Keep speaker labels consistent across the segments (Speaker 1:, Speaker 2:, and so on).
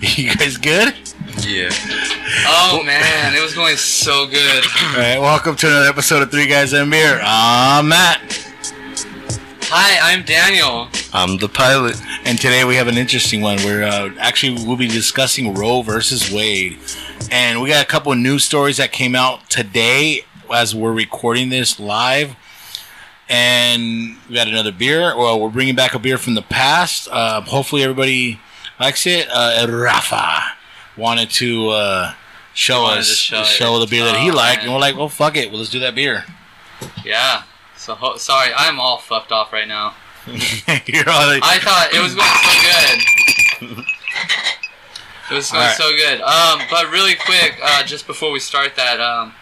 Speaker 1: is good.
Speaker 2: Yeah.
Speaker 3: Oh man, it was going so good.
Speaker 1: All right, welcome to another episode of Three Guys and Beer. I'm Matt,
Speaker 3: Hi, I'm Daniel.
Speaker 2: I'm the pilot.
Speaker 1: and today we have an interesting one. We're uh, actually we'll be discussing Roe versus Wade, and we got a couple of news stories that came out today as we're recording this live. And we got another beer. Well, we're bringing back a beer from the past. Uh, hopefully, everybody likes it. Uh, Rafa wanted to uh, show
Speaker 3: Wanted
Speaker 1: us
Speaker 3: to show
Speaker 1: show,
Speaker 3: it.
Speaker 1: the beer that he
Speaker 3: Oh,
Speaker 1: liked, and
Speaker 3: man.
Speaker 1: we're like, "Well, fuck it, well, let's do that beer."
Speaker 3: Yeah. So ho- sorry, I'm all fucked off right now.
Speaker 1: You're all like,
Speaker 3: I thought it was going so good. It was going
Speaker 1: Alright.
Speaker 3: so good. Um, but really quick, uh, just before we start that, um,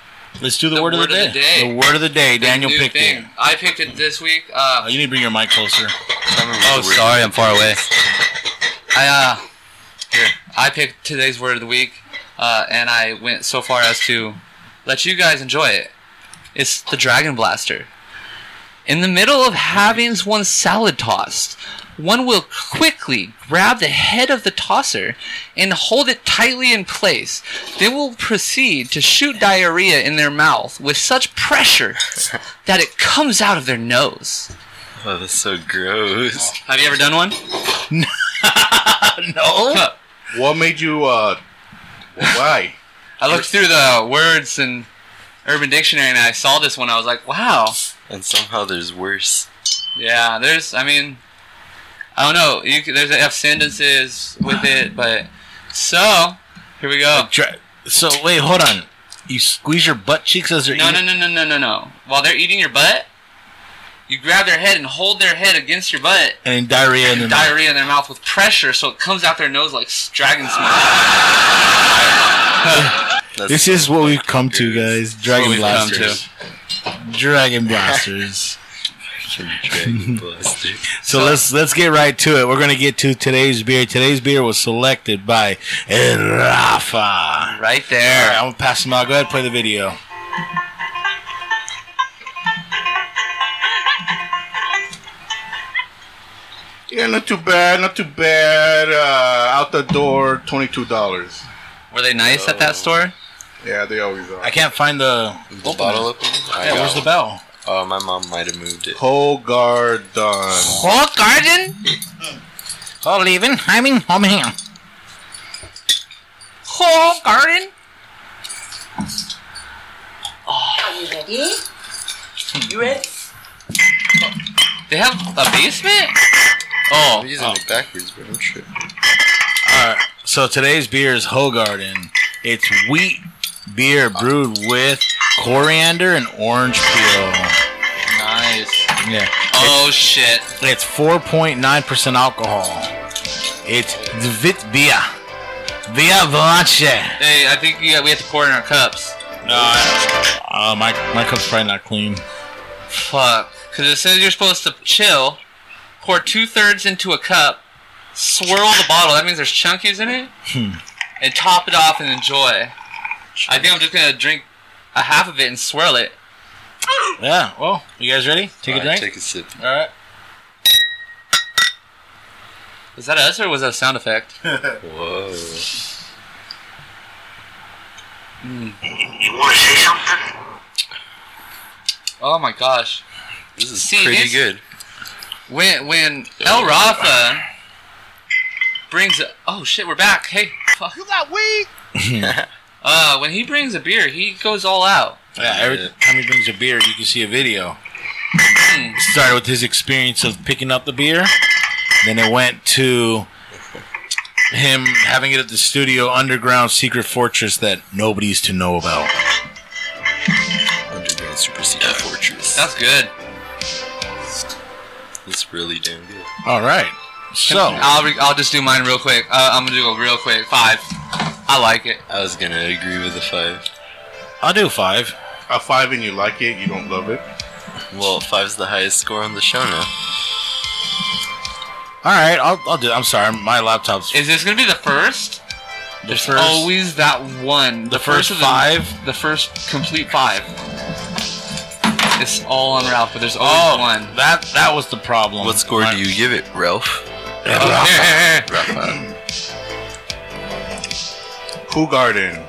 Speaker 1: Let's do the, word, of, the day. The word of the day.
Speaker 3: the
Speaker 1: Daniel
Speaker 3: new
Speaker 1: picked
Speaker 3: thing.
Speaker 1: it.
Speaker 3: I picked it this week.
Speaker 1: Oh,
Speaker 3: Uh,
Speaker 1: you need to bring your mic closer.
Speaker 2: Oh,
Speaker 3: sorry, I'm far away. I uh, here I picked today's word of the week, uh, and I went so far as to let you guys enjoy it. It's the Dragon Blaster. In the middle of having one's salad tossed, one will quickly grab the head of the tosser and hold it tightly in place. They will proceed to shoot diarrhea in their mouth with such pressure that it comes out of their nose.
Speaker 2: Oh, that's so gross.
Speaker 3: Have you ever done one?
Speaker 1: no.
Speaker 4: What made you, uh, why?
Speaker 3: I looked through the words in Urban Dictionary and I saw this one. I was like, wow.
Speaker 2: And somehow there's worse.
Speaker 3: Yeah, there's, I mean, I don't know. You, c- there's F sentences with it, but so here we go.
Speaker 1: Dra- So wait, hold on. You squeeze your butt cheeks as they're
Speaker 3: No, no,
Speaker 1: eating.
Speaker 3: no, no, no, no, no. While they're eating your butt, you grab their head and hold their head against your butt.
Speaker 1: and then diarrhea in their mouth.
Speaker 3: Diarrhea in their mouth with pressure, so it comes out their nose like s- dragon smoke.
Speaker 2: That's
Speaker 1: This is what we've come to, guys. Dragon
Speaker 3: we've come
Speaker 1: blasters. Dragon blasters.
Speaker 2: fucking dragon blaster.
Speaker 1: So, let's let's get right to it. We're gonna get to today's beer. Today's beer was selected by El Rafa. All
Speaker 3: Right
Speaker 1: right,
Speaker 3: there.
Speaker 1: I'm gonna pass them out. Go ahead, play the video.
Speaker 4: Yeah, not too bad, not too bad. Uh, out the door, twenty-two dollars.
Speaker 3: Were they nice at that store?
Speaker 4: Yeah, they always are.
Speaker 1: I can't find the.
Speaker 2: The bottle opening? I
Speaker 1: Yeah,
Speaker 2: got
Speaker 1: where's the
Speaker 2: one.
Speaker 1: bell?
Speaker 2: Oh, my mom might have moved it.
Speaker 4: Whole guard done.
Speaker 3: Whole garden?
Speaker 1: Oh, leaving. I mean, I'm here.
Speaker 3: Whole garden?
Speaker 5: Are you ready? You ready?
Speaker 3: They have a basement? Oh,
Speaker 2: I'm using it backwards, bro. I'm sure.
Speaker 1: All right. So today's beer is Hogarden. It's wheat beer brewed with coriander and orange peel.
Speaker 3: nice.
Speaker 1: Yeah.
Speaker 3: Oh shit.
Speaker 1: It's 4.9% alcohol. It's Dvitvia. Via Valanche.
Speaker 3: Hey, I think you got, we have to pour in our cups.
Speaker 1: Uh, my, my cup's probably not clean.
Speaker 3: Fuck. Because it says you're supposed to chill, pour two thirds into a cup, swirl the bottle. That means there's chunkies in it,
Speaker 2: Hmm.
Speaker 3: and top it off and enjoy. I think I'm just gonna drink a half of it and swirl it.
Speaker 1: Yeah. Well, you guys ready? Take a
Speaker 2: Alright,
Speaker 1: drink?
Speaker 2: Take a sip.
Speaker 1: All right.
Speaker 3: Was that us or was that a sound effect?
Speaker 2: Whoa.
Speaker 3: Oh my gosh.
Speaker 2: This is
Speaker 3: See,
Speaker 2: pretty
Speaker 3: this-
Speaker 2: good.
Speaker 3: When when El Rafa brings a oh shit, we're back. Hey, fuck. You got weed. uh, when he brings a beer, he goes all out.
Speaker 1: Yeah, every
Speaker 2: Yeah.
Speaker 1: time he brings a beer, you can see a video. Started with his experience of picking up the beer, then it went to him having it at the studio underground secret fortress that nobody's to know about.
Speaker 2: Underground Super Secret Fortress.
Speaker 3: That's good.
Speaker 2: That's really damn good.
Speaker 1: All right, so
Speaker 3: I'll re- I'll just do mine real quick. Uh, I'm gonna do a real quick five. I like it.
Speaker 2: I was gonna agree with the five.
Speaker 1: I'll do five.
Speaker 4: A five and you like it, you don't love it.
Speaker 2: Well, five's the highest score on the show now.
Speaker 1: All right, I'll, I'll do. I'm sorry, my laptop's
Speaker 3: Is this gonna be the first?
Speaker 1: the first.
Speaker 3: Always that one.
Speaker 1: the first
Speaker 3: of
Speaker 1: five.
Speaker 3: The first complete five. It's all on Ralph, but there's always
Speaker 1: Oh,
Speaker 3: one.
Speaker 1: that that was the problem.
Speaker 2: What score do you give it, Ralph?
Speaker 3: Oh, here, here, here.
Speaker 2: Ralph.
Speaker 4: Cool Garden.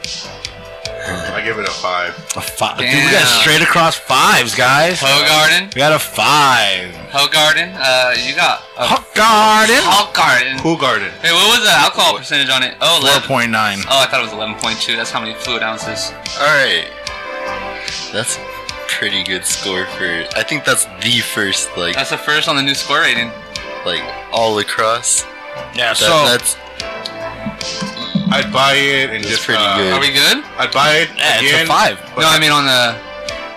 Speaker 4: I give it a five.
Speaker 1: A five. Dude, we got
Speaker 3: Damn.
Speaker 1: straight across fives, guys.
Speaker 3: Ho Garden.
Speaker 1: We got a five.
Speaker 3: Ho Garden. Uh, you got a
Speaker 1: Hot Garden.
Speaker 3: Ho Garden.
Speaker 4: Cool Garden.
Speaker 3: Wait, what was the alcohol percentage on it? Oh, 11.
Speaker 1: 4.9.
Speaker 3: Oh, I thought it was 11.2. That's how many fluid ounces.
Speaker 2: Alright. That's a pretty good score for. I think that's the first, like,
Speaker 3: That's the first on the new score rating.
Speaker 2: like all across.
Speaker 1: Yeah,
Speaker 2: That,
Speaker 1: so
Speaker 2: that's
Speaker 4: I'd buy it and
Speaker 2: That's
Speaker 4: just
Speaker 2: pretty
Speaker 4: uh,
Speaker 2: good.
Speaker 3: Are we good?
Speaker 4: I'd buy it
Speaker 1: yeah,
Speaker 4: again.
Speaker 1: it's a five.
Speaker 4: But
Speaker 3: no, I mean on the.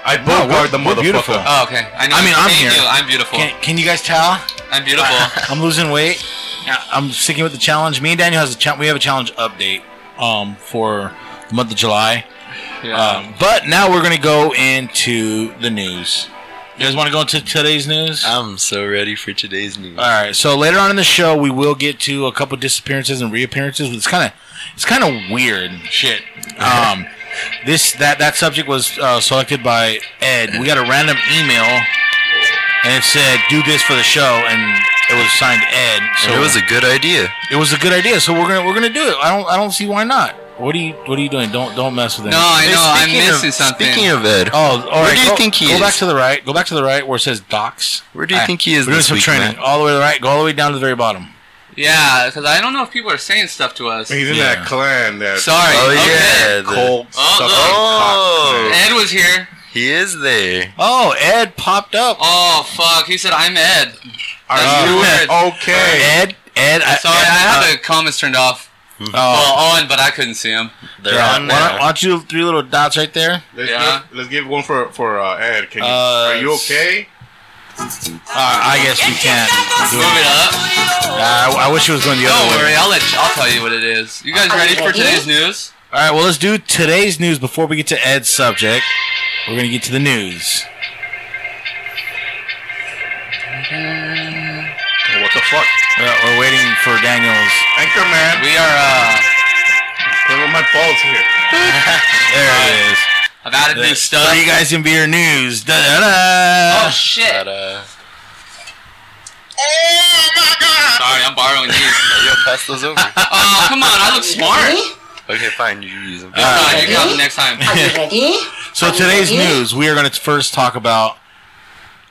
Speaker 4: I'd
Speaker 1: we're-
Speaker 4: both guard the
Speaker 1: we're
Speaker 4: motherfucker.
Speaker 1: beautiful.
Speaker 3: Oh, okay. I, knew
Speaker 1: I mean, I'm
Speaker 3: Thank
Speaker 1: here.
Speaker 3: you. I'm beautiful.
Speaker 1: Can, can you guys tell?
Speaker 3: I'm beautiful.
Speaker 1: I'm losing weight. I- I'm sticking with the challenge. Me and Daniel has a cha- we have a challenge update um, for the month of July.
Speaker 3: yeah.
Speaker 1: Um, but now we're gonna go into the news. You guys want to go into today's news?
Speaker 2: I'm so ready for today's news.
Speaker 1: All right. So later on in the show, we will get to a couple disappearances and reappearances. It's kind of it's kind of weird and shit.
Speaker 2: Uh-huh.
Speaker 1: Um, this that that subject was uh, selected by Ed. We got a random email, and it said, "Do this for the show," and it was signed Ed. So
Speaker 2: it was a good idea.
Speaker 1: it was a good idea. So we're gonna we're gonna do it. I don't I don't see why not. What are you What are you doing? Don't don't mess with it.
Speaker 3: no, I
Speaker 2: Hey,
Speaker 3: know. I'm
Speaker 2: speaking
Speaker 3: missing
Speaker 2: of,
Speaker 3: something.
Speaker 2: Speaking of Ed,
Speaker 1: Oh, all right.
Speaker 2: Where do you
Speaker 1: go,
Speaker 2: think he
Speaker 1: go
Speaker 2: is?
Speaker 1: back to the right. Go back to the right where it says docs.
Speaker 2: where do you think he is
Speaker 1: We're doing
Speaker 2: this
Speaker 1: some
Speaker 2: week,
Speaker 1: training.
Speaker 2: man?
Speaker 1: All the way to the right. Go all the way down to the very bottom.
Speaker 3: yeah, because I don't know if people are saying stuff to us.
Speaker 4: He's in
Speaker 1: Yeah.
Speaker 4: that clan that
Speaker 3: Sorry.
Speaker 2: Oh
Speaker 3: okay.
Speaker 2: yeah, the-
Speaker 4: cold
Speaker 3: Oh,
Speaker 4: sucking
Speaker 2: oh.
Speaker 4: cock clan.
Speaker 3: Ed was here.
Speaker 2: he is there.
Speaker 1: Oh, Ed popped up.
Speaker 3: Oh fuck! He said I'm Ed.
Speaker 4: Are
Speaker 3: That's
Speaker 4: you Oh,
Speaker 3: weird.
Speaker 4: okay?
Speaker 1: Ed, Ed, I,
Speaker 3: Sorry, I
Speaker 1: Uh,
Speaker 3: had the comments turned off.
Speaker 1: Oh,
Speaker 3: Well, on, but I couldn't see him.
Speaker 2: They're
Speaker 1: yeah.
Speaker 2: on
Speaker 1: Why,
Speaker 2: now.
Speaker 1: don't, why don't you do three little dots right there?
Speaker 4: Let's,
Speaker 3: Yeah.
Speaker 4: give, let's give one for for uh, Ed. Can you,
Speaker 1: Uh,
Speaker 4: are you okay?
Speaker 1: Uh, I guess we can't do
Speaker 3: Move
Speaker 1: it.
Speaker 3: it up.
Speaker 1: Uh, I, I wish it was going the
Speaker 3: Don't
Speaker 1: other
Speaker 3: worry.
Speaker 1: way.
Speaker 3: I'll let. You, I'll tell you what it is. You guys ready for today's news?
Speaker 1: All right, well, let's do today's news before we get to Ed's subject. We're gonna get to the news.
Speaker 4: Well, what the fuck?
Speaker 1: We're, we're waiting for Daniel's.
Speaker 4: Anchorman,
Speaker 3: We are. uh...
Speaker 4: put on my balls here.
Speaker 1: There it is.
Speaker 3: I've added new
Speaker 1: The-
Speaker 3: stuff.
Speaker 1: Three guys in beer news. Da, da, da.
Speaker 3: Oh shit! Oh,
Speaker 2: But, uh,
Speaker 3: Sorry, I'm borrowing these.
Speaker 2: yo, pass those over.
Speaker 3: Oh come on! I look smart.
Speaker 5: Ready?
Speaker 2: okay, fine. Ah, You use them.
Speaker 3: Come on, Uh, you
Speaker 5: ready?
Speaker 3: got them next time.
Speaker 5: Are you ready?
Speaker 1: so today's news, we are gonna first talk about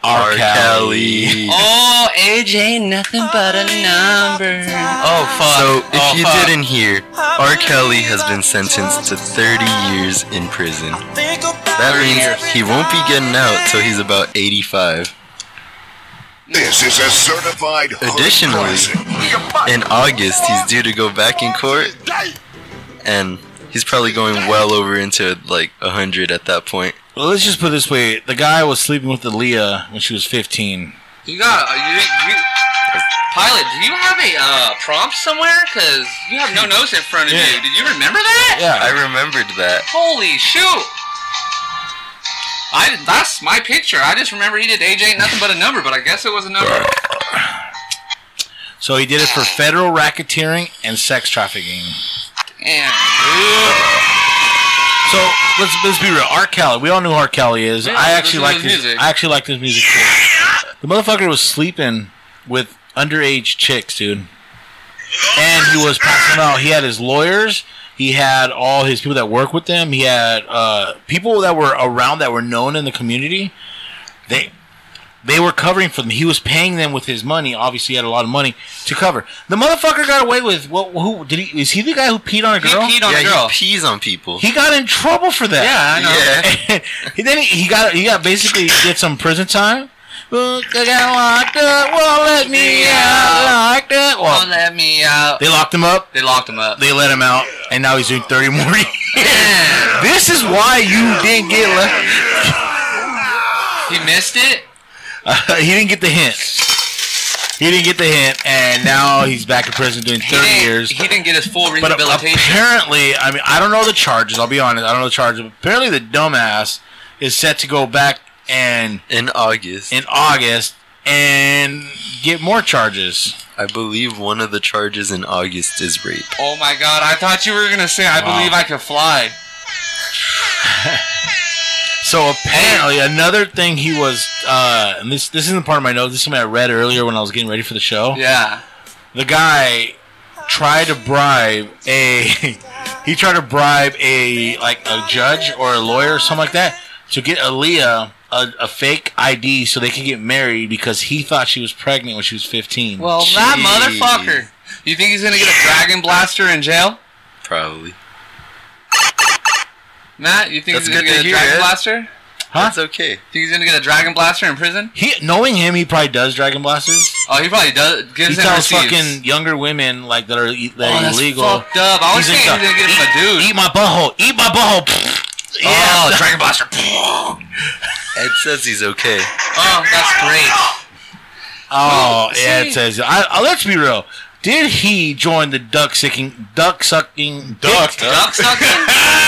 Speaker 1: R.
Speaker 2: R.
Speaker 1: Kelly.
Speaker 2: Kelly.
Speaker 3: Oh, age ain't nothing but a number. Oh fuck!
Speaker 2: So, if
Speaker 3: oh,
Speaker 2: you
Speaker 3: fuck.
Speaker 2: didn't hear, R. Kelly has been sentenced to 30 years in prison. That means he won't be getting out till he's about 85.
Speaker 6: This is a certified hood
Speaker 2: Additionally,
Speaker 6: classic.
Speaker 2: In August, he's due to go back in court, and he's probably going well over into like 100 at that point.
Speaker 1: Well, let's just put it this way: the guy was sleeping with Aaliyah when she was 15.
Speaker 3: You got uh, you, you pilot. Do you have a uh, prompt somewhere? Cause you have no notes in front of you.
Speaker 1: Yeah.
Speaker 3: Did you remember that?
Speaker 2: I remembered that.
Speaker 3: Holy shoot! I that's my picture. I just remember he did age ain't nothing but a number, but I guess it was a number.
Speaker 1: So he did it for federal racketeering and sex trafficking.
Speaker 3: And
Speaker 1: So let's let's be real. R. Kelly, we all knew who R. Kelly is.
Speaker 3: Yeah,
Speaker 1: I
Speaker 3: listen
Speaker 1: actually
Speaker 3: to
Speaker 1: like
Speaker 3: his
Speaker 1: his.
Speaker 3: music.
Speaker 1: I actually like his music too. The motherfucker was sleeping with underage chicks, dude. And he was passing out. He had his lawyers. He had all his people that work with him. He had uh, people that were around that were known in the community. They they were covering for them. He was paying them with his money. Obviously, he had a lot of money to cover. The motherfucker got away with what? Who did he? Is he the guy who peed on a
Speaker 3: he
Speaker 1: girl?
Speaker 3: peed on
Speaker 2: yeah,
Speaker 3: a girl.
Speaker 2: he pees on people.
Speaker 1: He got in trouble for that.
Speaker 3: yeah, I know.
Speaker 2: yeah.
Speaker 1: he, then he, he got he got basically did some prison time. Look, I got locked up. Won't let me out. Locked up.
Speaker 3: Don't
Speaker 1: Well,
Speaker 3: let me out.
Speaker 1: they locked him up.
Speaker 3: They locked him up.
Speaker 1: They let him out, and now he's doing thirty more years. this is why you didn't get le-
Speaker 3: He missed it.
Speaker 1: uh, he didn't get the hint. He didn't get the hint, and now he's back in prison doing
Speaker 3: He
Speaker 1: thirty
Speaker 3: didn't-
Speaker 1: years.
Speaker 3: He didn't get his full
Speaker 1: But a-
Speaker 3: rehabilitation.
Speaker 1: apparently, I mean, I don't know the charges. I'll be honest, I don't know the charges. But apparently, the dumbass is set to go back and
Speaker 2: in August,
Speaker 1: in August and get more charges.
Speaker 2: I believe one of the charges in August is rape.
Speaker 3: oh my god! I thought you were gonna say I
Speaker 1: Wow.
Speaker 3: believe I could fly.
Speaker 1: So apparently, another thing he was, uh, and this this isn't part of my notes. This is something I read earlier when I was getting ready for the show.
Speaker 3: Yeah.
Speaker 1: The guy tried to bribe a He tried to bribe a like a judge or a lawyer or something like that to get Aaliyah a, a fake ID so they could get married because he thought she was pregnant when she was 15.
Speaker 3: Well, that motherfucker. You think he's gonna get a dragon blaster in jail,
Speaker 2: Probably.
Speaker 3: Matt? You think
Speaker 2: That's
Speaker 3: he's gonna get a
Speaker 2: good to hear,
Speaker 3: dragon
Speaker 2: Ed.
Speaker 3: blaster?
Speaker 1: Huh?
Speaker 2: That's okay.
Speaker 3: Think he's gonna get a dragon blaster in prison?
Speaker 1: he knowing him, he probably does dragon blasters.
Speaker 3: Oh, he probably does.
Speaker 1: He
Speaker 3: Gives and
Speaker 1: tells
Speaker 3: receives.
Speaker 1: fucking younger women like that are e- that
Speaker 3: Oh,
Speaker 1: are
Speaker 3: that's
Speaker 1: illegal.
Speaker 3: fucked up. I was
Speaker 1: He's
Speaker 3: thinking
Speaker 1: like,
Speaker 3: he was gonna get him a dude.
Speaker 1: Eat my butthole. Eat my butthole. yeah.
Speaker 3: Oh, dragon blaster.
Speaker 2: Ed says he's okay.
Speaker 3: Oh, that's great.
Speaker 1: Oh,
Speaker 3: Well,
Speaker 1: yeah,
Speaker 3: see-
Speaker 1: it says. I, I, let's be real. Did he join the duck sucking, duck sucking, duck?
Speaker 3: Duck sucking.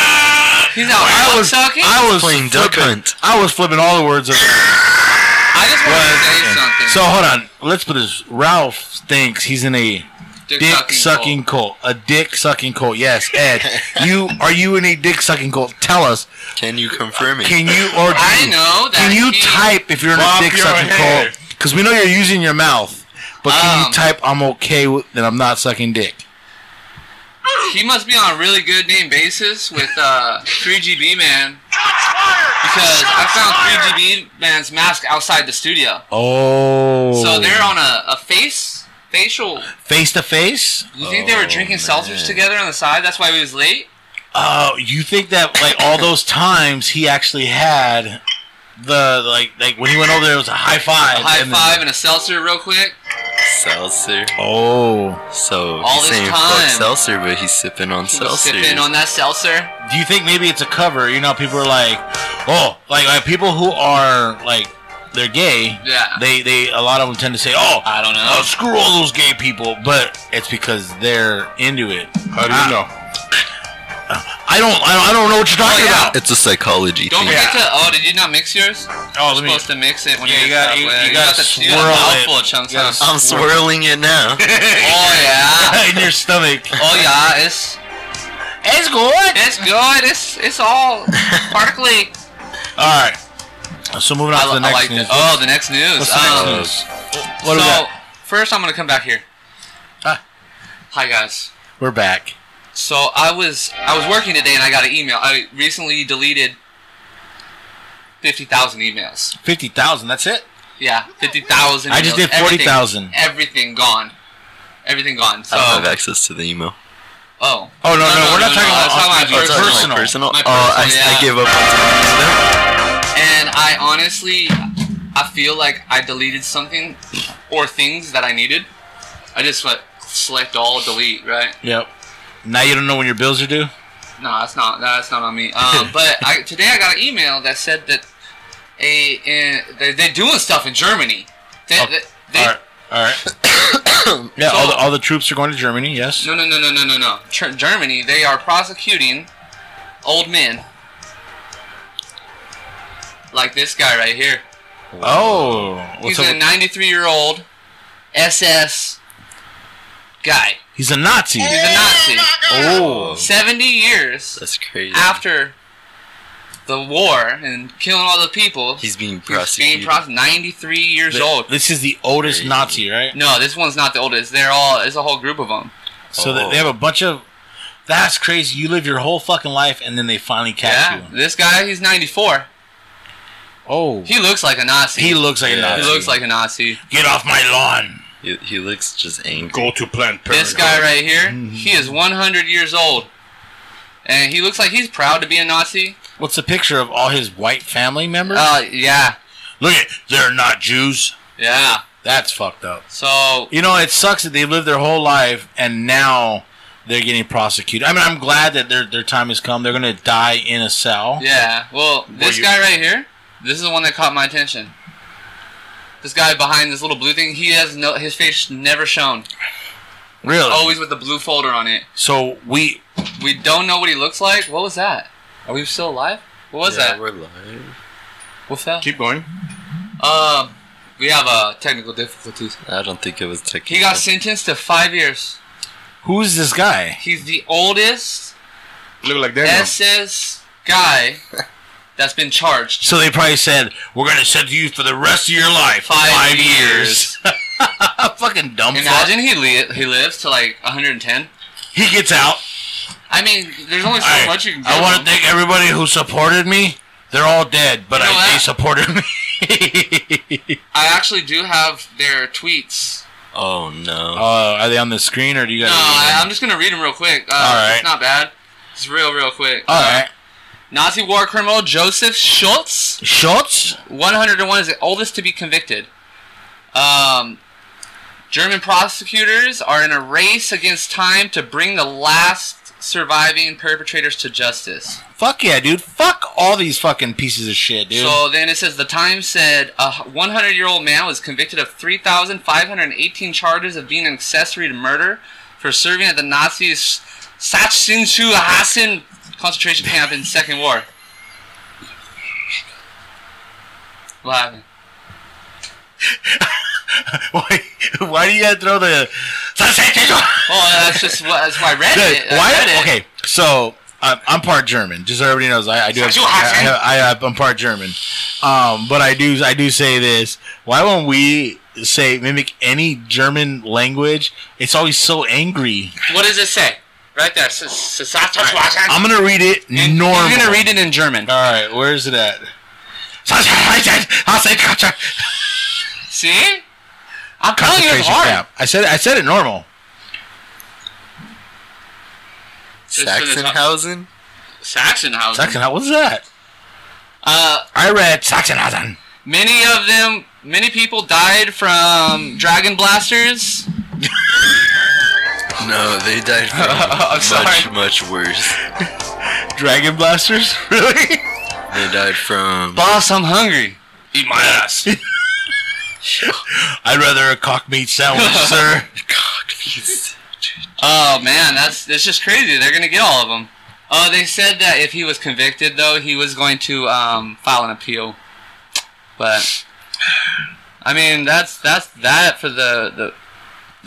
Speaker 3: He's out.
Speaker 1: I
Speaker 3: duck
Speaker 1: was,
Speaker 3: sucking.
Speaker 1: I was
Speaker 2: Playing duck
Speaker 1: flipping-
Speaker 2: hunt.
Speaker 1: I was flipping all the words. Of,
Speaker 3: I just want to say something.
Speaker 1: so hold on. Let's put this. Ralph thinks he's in a dick sucking cult. A dick sucking cult. Yes, Ed. you are you in a dick sucking cult? Tell us.
Speaker 2: Can you confirm it?
Speaker 1: Can you or
Speaker 3: I know that.
Speaker 1: can you
Speaker 3: he-
Speaker 1: type if you're in a
Speaker 4: Bob
Speaker 1: dick
Speaker 4: your
Speaker 1: sucking
Speaker 4: hair.
Speaker 1: cult? Because we know you're using your mouth. But can
Speaker 3: Um,
Speaker 1: you type I'm okay with that I'm not sucking dick?
Speaker 3: He must be on a really good name basis with uh, 3GB Man because I found 3GB Man's mask outside the studio.
Speaker 1: Oh.
Speaker 3: So they're on a, a face facial.
Speaker 1: face to face.
Speaker 3: You think they were
Speaker 2: Oh,
Speaker 3: drinking
Speaker 2: man.
Speaker 3: seltzers together on the side? That's why we was late.
Speaker 1: Oh, you think that like all those times he actually had the like like when he went over there it was a high five.
Speaker 3: A high
Speaker 1: and then-
Speaker 3: five and a seltzer real quick.
Speaker 2: Seltzer.
Speaker 1: oh.
Speaker 2: So
Speaker 3: All
Speaker 2: he's
Speaker 3: this
Speaker 2: saying fuck
Speaker 3: time.
Speaker 2: seltzer, but he's sipping on
Speaker 3: He was
Speaker 2: seltzer.
Speaker 3: sipping on that seltzer.
Speaker 1: Do you think maybe it's a cover? You know, people are like, oh, like, like people who are like they're gay.
Speaker 3: Yeah.
Speaker 1: They they a lot of them tend to say, oh,
Speaker 3: I don't know.
Speaker 1: oh, screw all those gay people, but it's because they're into it.
Speaker 4: How do
Speaker 1: Ah.
Speaker 4: you know?
Speaker 1: I don't I don't, I don't know what you're talking
Speaker 3: Oh, yeah.
Speaker 1: about.
Speaker 2: It's a psychology
Speaker 3: Don't
Speaker 2: thing.
Speaker 3: forget to. Oh, did you not mix yours?
Speaker 1: Oh,
Speaker 3: You're
Speaker 1: let me.
Speaker 3: supposed to mix it when
Speaker 1: Yeah,
Speaker 3: you
Speaker 1: you
Speaker 3: get
Speaker 1: gotta- you-
Speaker 3: halfway. you,
Speaker 1: you
Speaker 3: got
Speaker 1: gotta
Speaker 3: the- you got
Speaker 1: swirl
Speaker 3: a
Speaker 1: it.
Speaker 3: mouthful of chunks.
Speaker 1: You gotta
Speaker 3: huh?
Speaker 2: I'm swirling it now.
Speaker 3: Oh yeah.
Speaker 1: in your stomach.
Speaker 3: Oh yeah. It's
Speaker 1: It's good.
Speaker 3: it's good. It's it's all sparkly.
Speaker 1: All right. Uh, So moving on
Speaker 3: I,
Speaker 1: to the uh,
Speaker 3: I
Speaker 1: next
Speaker 3: like
Speaker 1: news.
Speaker 3: this. Oh, the next news.
Speaker 1: What's the next
Speaker 3: Um,
Speaker 1: news? What
Speaker 3: so
Speaker 1: is that?
Speaker 3: first, I'm gonna come back here.
Speaker 1: Ah.
Speaker 3: Hi guys.
Speaker 1: We're back.
Speaker 3: So I was I was working today and I got an email. I recently deleted fifty thousand emails.
Speaker 1: Fifty thousand. That's it.
Speaker 3: Yeah, fifty thousand.
Speaker 1: I just did 40,000.
Speaker 3: Everything gone. Everything gone. So
Speaker 2: I don't have access to the email.
Speaker 3: oh.
Speaker 1: Oh no, no, we're not talking
Speaker 3: I was
Speaker 1: about us.
Speaker 3: talking
Speaker 1: We're
Speaker 2: Oh,
Speaker 3: about
Speaker 2: it's not
Speaker 1: personal.
Speaker 2: my personal.
Speaker 3: My
Speaker 2: oh, I,
Speaker 3: personal, yeah.
Speaker 2: I gave up on them.
Speaker 3: And I honestly, I feel like I deleted something or things that I needed. I just went select all, delete. Right?
Speaker 1: Yep. Now you don't know when your bills are due.
Speaker 3: No, that's not that's not on me. Um, but I, today I got an email that said that a, a they, they're doing stuff in Germany. They,
Speaker 1: Oh,
Speaker 3: they, they,
Speaker 1: all right. All right. yeah. all, the, all the troops are going to Germany. Yes.
Speaker 3: No, no, no, no, no, no, no. Ger- Germany, they are prosecuting old men. Like this guy right here.
Speaker 1: Oh. What's
Speaker 3: He's
Speaker 1: up?
Speaker 3: a
Speaker 1: with-
Speaker 3: 93 year old SS guy.
Speaker 1: He's a Nazi.
Speaker 3: He's a Nazi.
Speaker 1: Oh.
Speaker 3: 70 years
Speaker 2: That's crazy.
Speaker 3: after the war and killing all the people.
Speaker 2: he's being
Speaker 3: he's being
Speaker 2: prosecuted.
Speaker 3: prose- 93 years old.
Speaker 1: This is the oldest
Speaker 2: Crazy.
Speaker 1: Nazi, right?
Speaker 3: No, this one's not the oldest. They're all, it's a whole group of them.
Speaker 1: So that
Speaker 2: Oh.
Speaker 1: they have a bunch of. That's crazy. You live your whole fucking life, and then they finally catch
Speaker 3: Yeah.
Speaker 1: you.
Speaker 3: This guy, he's 94.
Speaker 1: Oh.
Speaker 3: He looks like a Nazi.
Speaker 1: He looks like a
Speaker 2: Yeah.
Speaker 1: Nazi.
Speaker 3: He looks like a Nazi.
Speaker 1: Get off my lawn.
Speaker 2: he, he looks just angry.
Speaker 4: Go to Planned Parenthood.
Speaker 3: This guy right here,
Speaker 1: Mm-hmm.
Speaker 3: he is 100 years old. And he looks like he's proud to be a Nazi.
Speaker 1: What's the picture of all his white family members?
Speaker 3: Uh, yeah.
Speaker 1: Look at they're not Jews.
Speaker 3: Yeah.
Speaker 1: That's fucked up.
Speaker 3: So,
Speaker 1: You know, it sucks that they lived their whole life and now they're getting prosecuted. I mean, I'm glad that their their time has come. They're gonna die in a cell.
Speaker 3: yeah. Well, this
Speaker 1: you-
Speaker 3: guy right here, this is the one that caught my attention. This guy behind this little blue thing, he has no, his face never shown.
Speaker 1: Really?
Speaker 3: Always with the blue folder on it.
Speaker 1: so we
Speaker 3: We don't know what he looks like. What was that? Are we still alive? What was
Speaker 2: yeah,
Speaker 3: that?
Speaker 2: We're live.
Speaker 3: What's that?
Speaker 4: Keep going.
Speaker 3: Um, we have uh, technical difficulties.
Speaker 2: I don't think it was technical.
Speaker 3: He got sentenced to five years.
Speaker 1: who is this guy?
Speaker 3: He's the oldest
Speaker 4: Look like that.
Speaker 3: SS guy that's been charged
Speaker 1: So they probably said we're gonna send you for the rest of your life
Speaker 3: five,
Speaker 1: years.
Speaker 3: years.
Speaker 1: Fucking dumb fuck.
Speaker 3: Imagine he li- he lives to like 110.
Speaker 1: He gets out.
Speaker 3: I mean, there's only so
Speaker 1: All right.
Speaker 3: much you can. Give
Speaker 1: I want to
Speaker 3: them.
Speaker 1: thank everybody who supported me. They're all dead, but
Speaker 3: You know
Speaker 1: I, they
Speaker 3: what?
Speaker 1: supported me.
Speaker 3: I actually do have their tweets.
Speaker 2: Oh no.
Speaker 1: uh, are they on the screen or do you guys?
Speaker 3: No, I, I'm just gonna read them real quick. Uh,
Speaker 1: All right.
Speaker 3: It's not bad. It's real, real quick.
Speaker 1: all right,
Speaker 3: Nazi war criminal Joseph Schultz,
Speaker 1: Schultz.
Speaker 3: 101 is the oldest to be convicted. Um, German prosecutors are in a race against time to bring the last surviving perpetrators to justice.
Speaker 1: Fuck yeah, dude. Fuck all these fucking pieces of shit, dude.
Speaker 3: So then it says the Times said a 100 year old man was convicted of 3,518 charges of being an accessory to murder for serving at the Nazis Sachsenhausen Hasen concentration camp in Second War. What happened?
Speaker 1: why, why do you gotta throw the?
Speaker 3: Well, Oh, uh, that's just what, that's why I read
Speaker 1: Good.
Speaker 3: it. I read
Speaker 1: Why?
Speaker 3: it.
Speaker 1: Okay, so I'm, I'm part German. Just so everybody knows, I, I do. Have,
Speaker 3: Said you
Speaker 1: I,
Speaker 3: Hasen.
Speaker 1: I, I, I'm part German, um, but I do. I do say this. Why won't we say mimic any German language? It's always so angry.
Speaker 3: What does it say? Right there. S- s- Sachsenhausen.
Speaker 1: I'm gonna read it
Speaker 3: And
Speaker 1: normal.
Speaker 3: You're gonna read it in German.
Speaker 1: All right, where is it at?
Speaker 3: See? I'm telling you, it's
Speaker 1: Concentration
Speaker 3: hard.
Speaker 1: camp. I said. I said it normal.
Speaker 3: Just for the top-
Speaker 2: Sachsenhausen?
Speaker 3: Sachsenhausen.
Speaker 1: Sachsenhausen. What's that?
Speaker 3: Uh,
Speaker 1: I read Sachsenhausen.
Speaker 3: Many of them, many people died from dragon blasters.
Speaker 2: No, they died from
Speaker 3: I'm
Speaker 2: much,
Speaker 3: sorry.
Speaker 2: much worse.
Speaker 1: Dragon blasters. Really?
Speaker 2: They died from
Speaker 3: Boss, I'm hungry.
Speaker 1: Eat my ass. I'd rather a cock meat sandwich, sir.
Speaker 3: Oh man, that's that's just crazy. They're gonna get all of them. Oh, they said that if he was convicted, though, he was going to um, file an appeal. But I mean, that's that's that for the the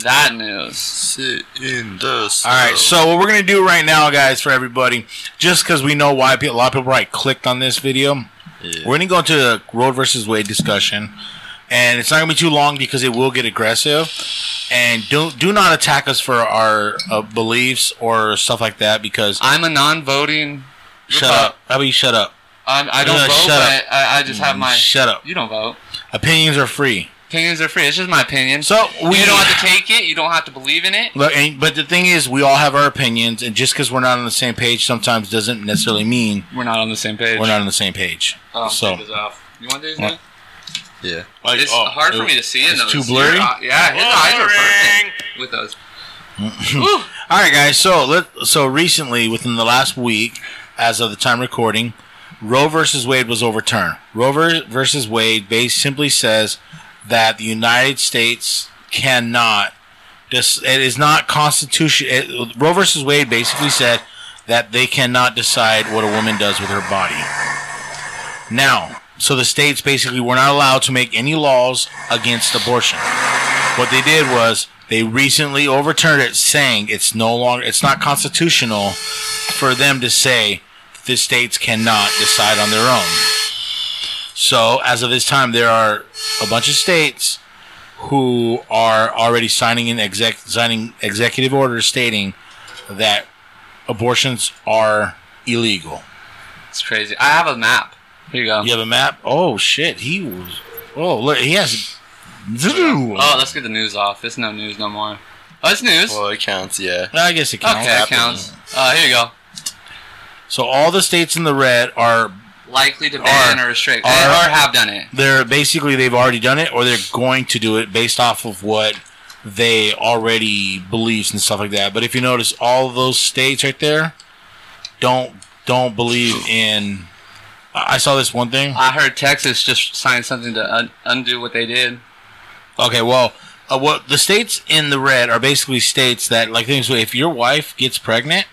Speaker 3: that news.
Speaker 2: sit in the snow.
Speaker 1: All right, so what we're gonna do right now, guys, for everybody, just because we know why people, a lot of people probably clicked on this video, we're gonna go into the Roe versus Wade discussion, and it's not gonna be too long because it will get aggressive. And don't do not attack us for our uh, beliefs or stuff like that because
Speaker 3: I'm a non-voting.
Speaker 1: shut up, how about you shut up,
Speaker 3: I'm, I don't
Speaker 1: Uh,
Speaker 3: vote,
Speaker 1: shut Mm,
Speaker 3: but I, I just have my.
Speaker 1: shut up.
Speaker 3: You don't vote.
Speaker 1: Opinions are free,
Speaker 3: Opinions are free. It's just my opinion.
Speaker 1: so we
Speaker 3: you don't have to take it. You don't have to believe in it.
Speaker 1: Look, and, but the thing is, we all have our opinions, and just because we're not on the same page sometimes doesn't necessarily mean
Speaker 3: We're not on the same page.
Speaker 1: we're not on the same page.
Speaker 3: Oh,
Speaker 1: so,
Speaker 3: take this off. You want these
Speaker 1: What?
Speaker 3: now?
Speaker 2: Yeah.
Speaker 1: Like,
Speaker 3: It's
Speaker 1: oh,
Speaker 3: hard for
Speaker 1: it-
Speaker 3: me to see it.
Speaker 1: it's
Speaker 3: though.
Speaker 1: too blurry?
Speaker 3: your eye- Yeah, his eyes are perfect with those. Ooh.
Speaker 1: All right, guys. So let so recently, within the last week, as of the time recording, Roe versus Wade was overturned. Roe ver- versus Wade base simply says that the United States cannot. Dis- it is not constitution. It, Roe versus Wade basically said that they cannot decide what a woman does with her body. Now, so the states basically were not allowed to make any laws against abortion what they did was they recently overturned it saying it's no longer it's not constitutional for them to say the states cannot decide on their own so as of this time there are a bunch of states who are already signing in exec signing executive orders stating that abortions are illegal
Speaker 3: It's crazy. I have a map. Here you go.
Speaker 1: you have a map oh shit he was oh look he has
Speaker 3: Oh,
Speaker 1: oh,
Speaker 3: let's get the news off. It's no news no more. Oh, it's news.
Speaker 2: Well, it counts, yeah.
Speaker 1: i guess it counts
Speaker 3: okay, it counts. Uh, here you go.
Speaker 1: So all the states in the red are
Speaker 3: Likely to ban
Speaker 1: Are-
Speaker 3: or restrict.
Speaker 1: are-
Speaker 3: They- or have done it.
Speaker 1: they're basically they've already done it or they're going to do it based off of what they already believes and stuff like that. But if you notice all those states right there don't don't believe in I I saw this one thing.
Speaker 3: I heard Texas just signed something to un- undo what they did.
Speaker 1: Okay, well, uh, what the states in the red are basically states that like things if your wife gets pregnant,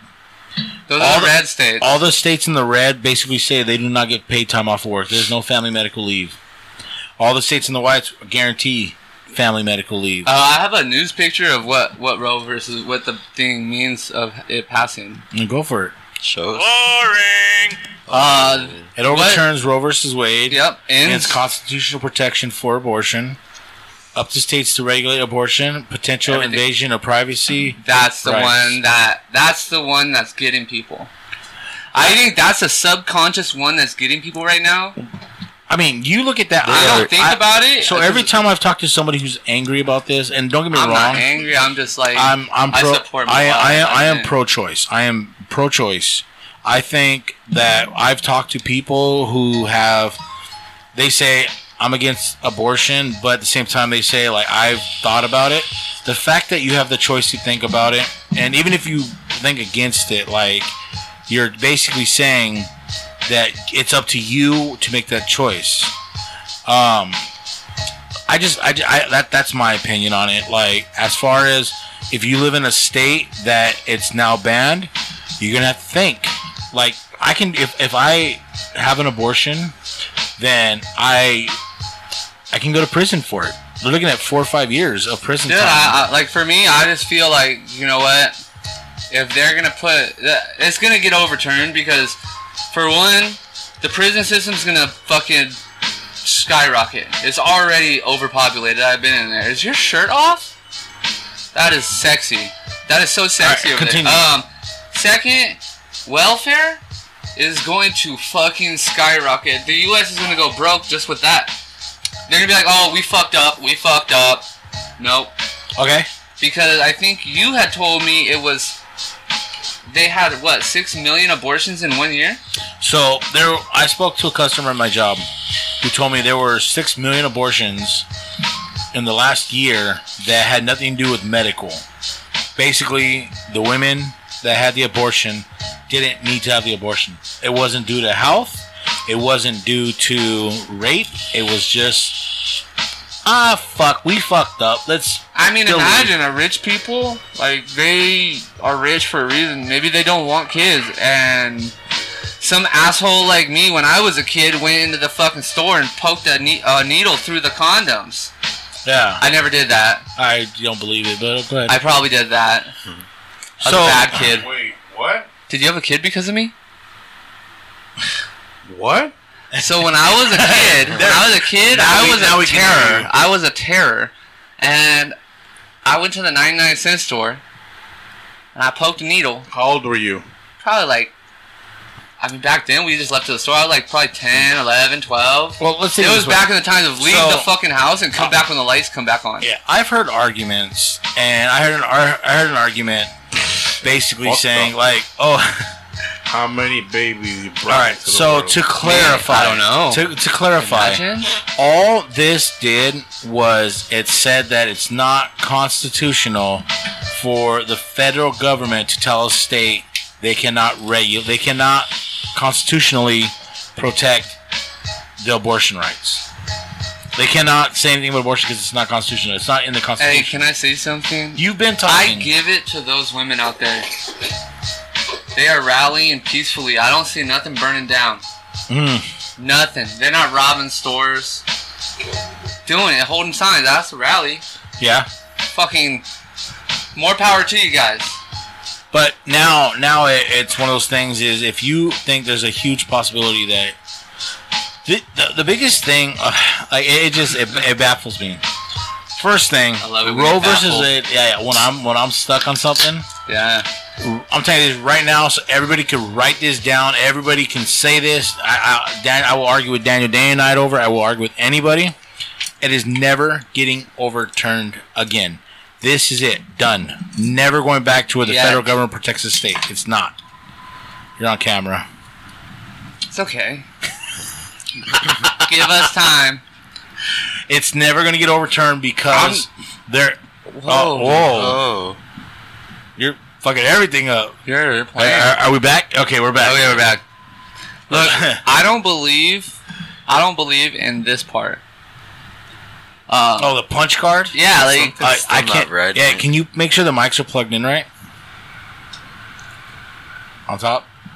Speaker 3: Those
Speaker 1: All
Speaker 3: are the
Speaker 1: the-
Speaker 3: red states.
Speaker 1: all the states in the red basically say they do not get paid time off work. There's no family medical leave. All the states in the whites guarantee family medical leave.
Speaker 3: Uh, I have a news picture of what, what Roe versus what the thing means of it passing.
Speaker 1: Mm, Go for it.
Speaker 2: Show us.
Speaker 3: Uh,
Speaker 1: It overturns Roe versus Wade.
Speaker 3: yep,
Speaker 1: And
Speaker 3: ends
Speaker 1: it's constitutional protection for abortion. up to states to regulate abortion, potential
Speaker 3: Everything.
Speaker 1: invasion of privacy.
Speaker 3: That's the
Speaker 1: rights.
Speaker 3: one that that's the one that's getting people. I think that's a subconscious one that's getting people right now.
Speaker 1: I mean, you look at that.
Speaker 3: I
Speaker 1: I
Speaker 3: don't think about it.
Speaker 1: So every time I've talked to somebody who's angry about this, and don't get me
Speaker 3: I'm
Speaker 1: wrong,
Speaker 3: not angry. I'm just like
Speaker 1: I'm I'm
Speaker 3: I
Speaker 1: pro.
Speaker 3: support.
Speaker 1: I,
Speaker 3: Malala.
Speaker 1: I, I am
Speaker 3: didn't-
Speaker 1: pro-choice. I am pro-choice. I think that I've talked to people who have. They say I'm against abortion, but at the same time they say like I've thought about it. The fact that you have the choice to think about it, and even if you think against it, like you're basically saying that it's up to you to make that choice. Um, I just, I, ju- I that that's my opinion on it. Like, as far as if you live in a state that it's now banned, you're gonna have to think. Like, I can if if I have an abortion, then I I can go to prison for it. They're looking at four or five years of prison
Speaker 3: Dude,
Speaker 1: time.
Speaker 3: I, I, like for me, I just feel like you know what? If they're gonna put, it's gonna get overturned because, for one, the prison system's gonna fucking skyrocket. It's already overpopulated. I've been in there. Is your shirt off? That is sexy. That is so sexy.
Speaker 1: Alright,
Speaker 3: over there.
Speaker 1: continue.
Speaker 3: Um, second, welfare is going to fucking skyrocket. The U.S. is gonna go broke just with that. They're gonna be like, oh, we fucked up. We fucked up. Nope
Speaker 1: okay,
Speaker 3: because I think you had told me it was they had what six million abortions in one year.
Speaker 1: so there, I spoke to a customer at my job who told me there were six million abortions in the last year that had nothing to do with medical. Basically, the women that had the abortion didn't need to have the abortion. It wasn't due to health. It wasn't due to rape. It was just ah fuck, we fucked up. Let's
Speaker 3: I mean,
Speaker 1: Still
Speaker 3: imagine a rich people like they are rich for a reason. Maybe they don't want kids, and some asshole like me when I was a kid went into the fucking store and poked a, ne- a needle through the condoms.
Speaker 1: yeah.
Speaker 3: I never did that.
Speaker 1: I don't believe it, but go ahead.
Speaker 3: I probably did that. I was
Speaker 1: So-
Speaker 3: a bad kid.
Speaker 4: Wait, what?
Speaker 3: Did you have a kid because of me?
Speaker 4: What?
Speaker 3: So when I was a kid, when I was a kid,
Speaker 1: Now
Speaker 3: I
Speaker 1: we-
Speaker 3: was
Speaker 1: now
Speaker 3: a
Speaker 1: we can hear you.
Speaker 3: terror. I was a terror, and I went to the 99 cent store, and I poked a needle.
Speaker 4: How old were you?
Speaker 3: Probably like, I mean, back then we just left to the store. I was like probably 10, 11, 12.
Speaker 1: well, let's see.
Speaker 3: It was back in the times of leave
Speaker 1: So-
Speaker 3: the fucking house and come back when the lights come back on.
Speaker 1: Yeah, I've heard arguments, and I heard an ar- I heard an argument, basically
Speaker 4: What the-
Speaker 1: saying like, "Oh,
Speaker 4: How many babies you brought
Speaker 1: all right."
Speaker 4: into the
Speaker 1: So
Speaker 4: world?
Speaker 1: to clarify,
Speaker 3: I don't know.
Speaker 1: To, to clarify,
Speaker 3: Imagine.
Speaker 1: all this did was it said that it's not constitutional for the federal government to tell a state they cannot regulate, they cannot constitutionally protect the abortion rights. They cannot say anything about abortion because it's not constitutional. It's not in the
Speaker 3: Hey,
Speaker 1: constitution.
Speaker 3: can I say something?
Speaker 1: You've been
Speaker 3: I
Speaker 1: talking.
Speaker 3: give it to those women out there. They are rallying peacefully. I don't see nothing burning down.
Speaker 1: Mm.
Speaker 3: Nothing. They're not robbing stores. Doing it, holding signs. That's a rally.
Speaker 1: Yeah,
Speaker 3: Fucking more power to you guys.
Speaker 1: but now now it, it's one of those things. Is if you think there's a huge possibility that the the, the biggest thing, uh, like it, it just it, it baffles me. First thing,
Speaker 3: I love it when
Speaker 1: Roe
Speaker 3: you
Speaker 1: versus
Speaker 3: baffle.
Speaker 1: it. Yeah, yeah, when I'm when I'm stuck on something,
Speaker 3: Yeah.
Speaker 1: I'm telling you this right now, so everybody can write this down. Everybody can say this. I, I, Dan, I will argue with Daniel day and night over. I will argue with anybody. It is never getting overturned again. This is it. Done. Never going back to where the
Speaker 3: Yeah.
Speaker 1: federal government protects the state. It's not. You're on camera.
Speaker 3: It's okay. Give us time.
Speaker 1: It's never going to get overturned because they're. Oh, whoa.
Speaker 2: Oh.
Speaker 1: You're fucking everything up.
Speaker 3: You're
Speaker 1: Are,
Speaker 3: playing.
Speaker 1: are- are we back? Okay, we're back.
Speaker 3: Okay, we're back. Look, I don't believe. I don't believe in this part. Uh,
Speaker 1: Oh, the punch card?
Speaker 3: Yeah, like
Speaker 1: I,
Speaker 2: It's
Speaker 1: I
Speaker 2: still
Speaker 1: can't.
Speaker 2: not right,
Speaker 1: yeah,
Speaker 2: man.
Speaker 1: can you make sure the mics are plugged in right? On top.
Speaker 3: uh,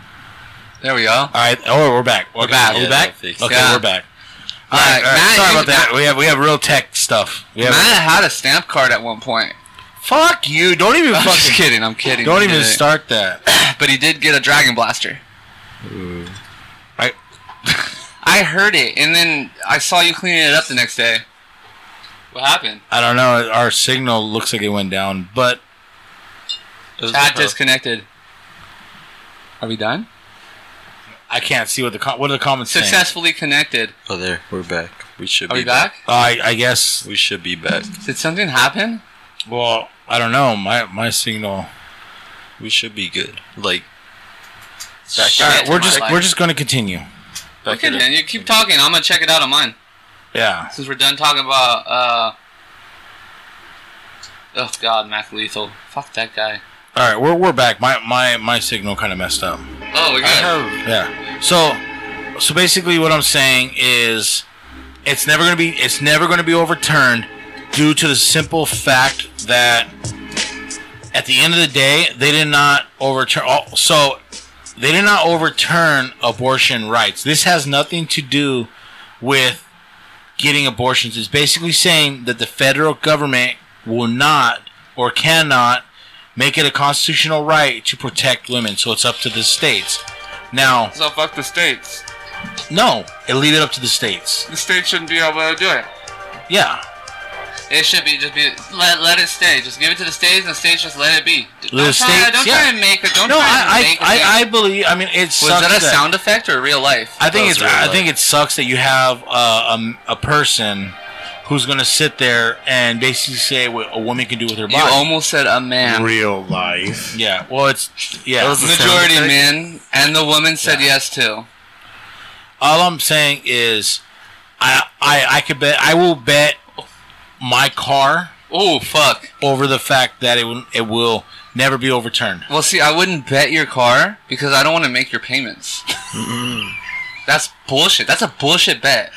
Speaker 3: there we go.
Speaker 1: All right. Oh, we're back. We're
Speaker 3: back.
Speaker 1: Are we
Speaker 2: Yeah,
Speaker 1: back?
Speaker 2: that fixed
Speaker 1: Okay,
Speaker 3: it.
Speaker 1: we're back.
Speaker 3: All right,
Speaker 1: All right,
Speaker 3: Matt,
Speaker 1: sorry
Speaker 3: you-
Speaker 1: about that. We have we have real tech stuff. We have,
Speaker 3: Matt had a stamp card at one point.
Speaker 1: fuck you! Don't even
Speaker 3: I'm just
Speaker 1: fucking.
Speaker 3: kidding. I'm kidding.
Speaker 1: Don't
Speaker 3: He
Speaker 1: even
Speaker 3: didn't.
Speaker 1: start that.
Speaker 3: But he did get a dragon blaster.
Speaker 1: I-
Speaker 3: I heard it, and then I saw you cleaning it up the next day. What happened?
Speaker 1: I don't know. Our signal looks like it went down, but
Speaker 3: Chat disconnected. Are we done?
Speaker 1: I can't see what the com- what are the comments saying.
Speaker 3: Successfully connected.
Speaker 2: Oh, there. We're back. We should
Speaker 3: Are
Speaker 2: be
Speaker 3: we back?
Speaker 1: Uh, I, I guess.
Speaker 2: We should be back.
Speaker 3: Did something happen?
Speaker 1: Well, I don't know. My my signal.
Speaker 2: We should be good. Like,
Speaker 3: Back
Speaker 1: All right, we're just we're just gonna continue.
Speaker 2: back
Speaker 3: Okay,
Speaker 2: it up.
Speaker 3: man. You keep talking. I'm gonna check it out on mine
Speaker 1: Yeah.
Speaker 3: since we're done talking about. uh Oh God, Mac Lethal. Fuck that guy.
Speaker 1: All right, we're we're back. My my my signal kind of messed up.
Speaker 3: Oh, we got.
Speaker 1: Yeah. So so basically what I'm saying is it's never going to be it's never going to be overturned due to the simple fact that at the end of the day they did not overturn oh, so they did not overturn abortion rights. This has nothing to do with getting abortions. It's basically saying that the federal government will not or cannot make it a constitutional right to protect women. So it's up to the states. Now,
Speaker 3: So fuck the states.
Speaker 1: no, it leave it up to the states.
Speaker 3: The states shouldn't be able to do it.
Speaker 1: Yeah,
Speaker 3: It should be just be let let it stay. Just give it to the states, and the states just let it be.
Speaker 1: Let
Speaker 3: don't
Speaker 1: the
Speaker 3: try,
Speaker 1: states-
Speaker 3: don't
Speaker 1: yeah.
Speaker 3: try and make it. Don't
Speaker 1: no,
Speaker 3: try and
Speaker 1: I
Speaker 3: make it.
Speaker 1: I, I, I believe. I mean, it
Speaker 3: was
Speaker 1: sucks.
Speaker 3: that a sound effect or real life?
Speaker 1: I think
Speaker 2: That was
Speaker 1: it's.
Speaker 2: real
Speaker 1: I
Speaker 2: life.
Speaker 1: think it sucks that you have uh, um, a person who's gonna sit there and basically say what a woman can do with her
Speaker 3: you
Speaker 1: body.
Speaker 3: almost said a man.
Speaker 4: Real life.
Speaker 1: yeah. Well, it's yeah.
Speaker 2: was a-
Speaker 3: Majority
Speaker 2: Sound effect?
Speaker 3: men, and the woman said yes too.
Speaker 1: All I'm saying is, I I I could bet. I will bet my car
Speaker 3: Oh fuck.
Speaker 1: over the fact that it will, it will never be overturned.
Speaker 3: Well, see, I wouldn't bet your car because I don't want to make your payments. That's bullshit. That's a bullshit bet.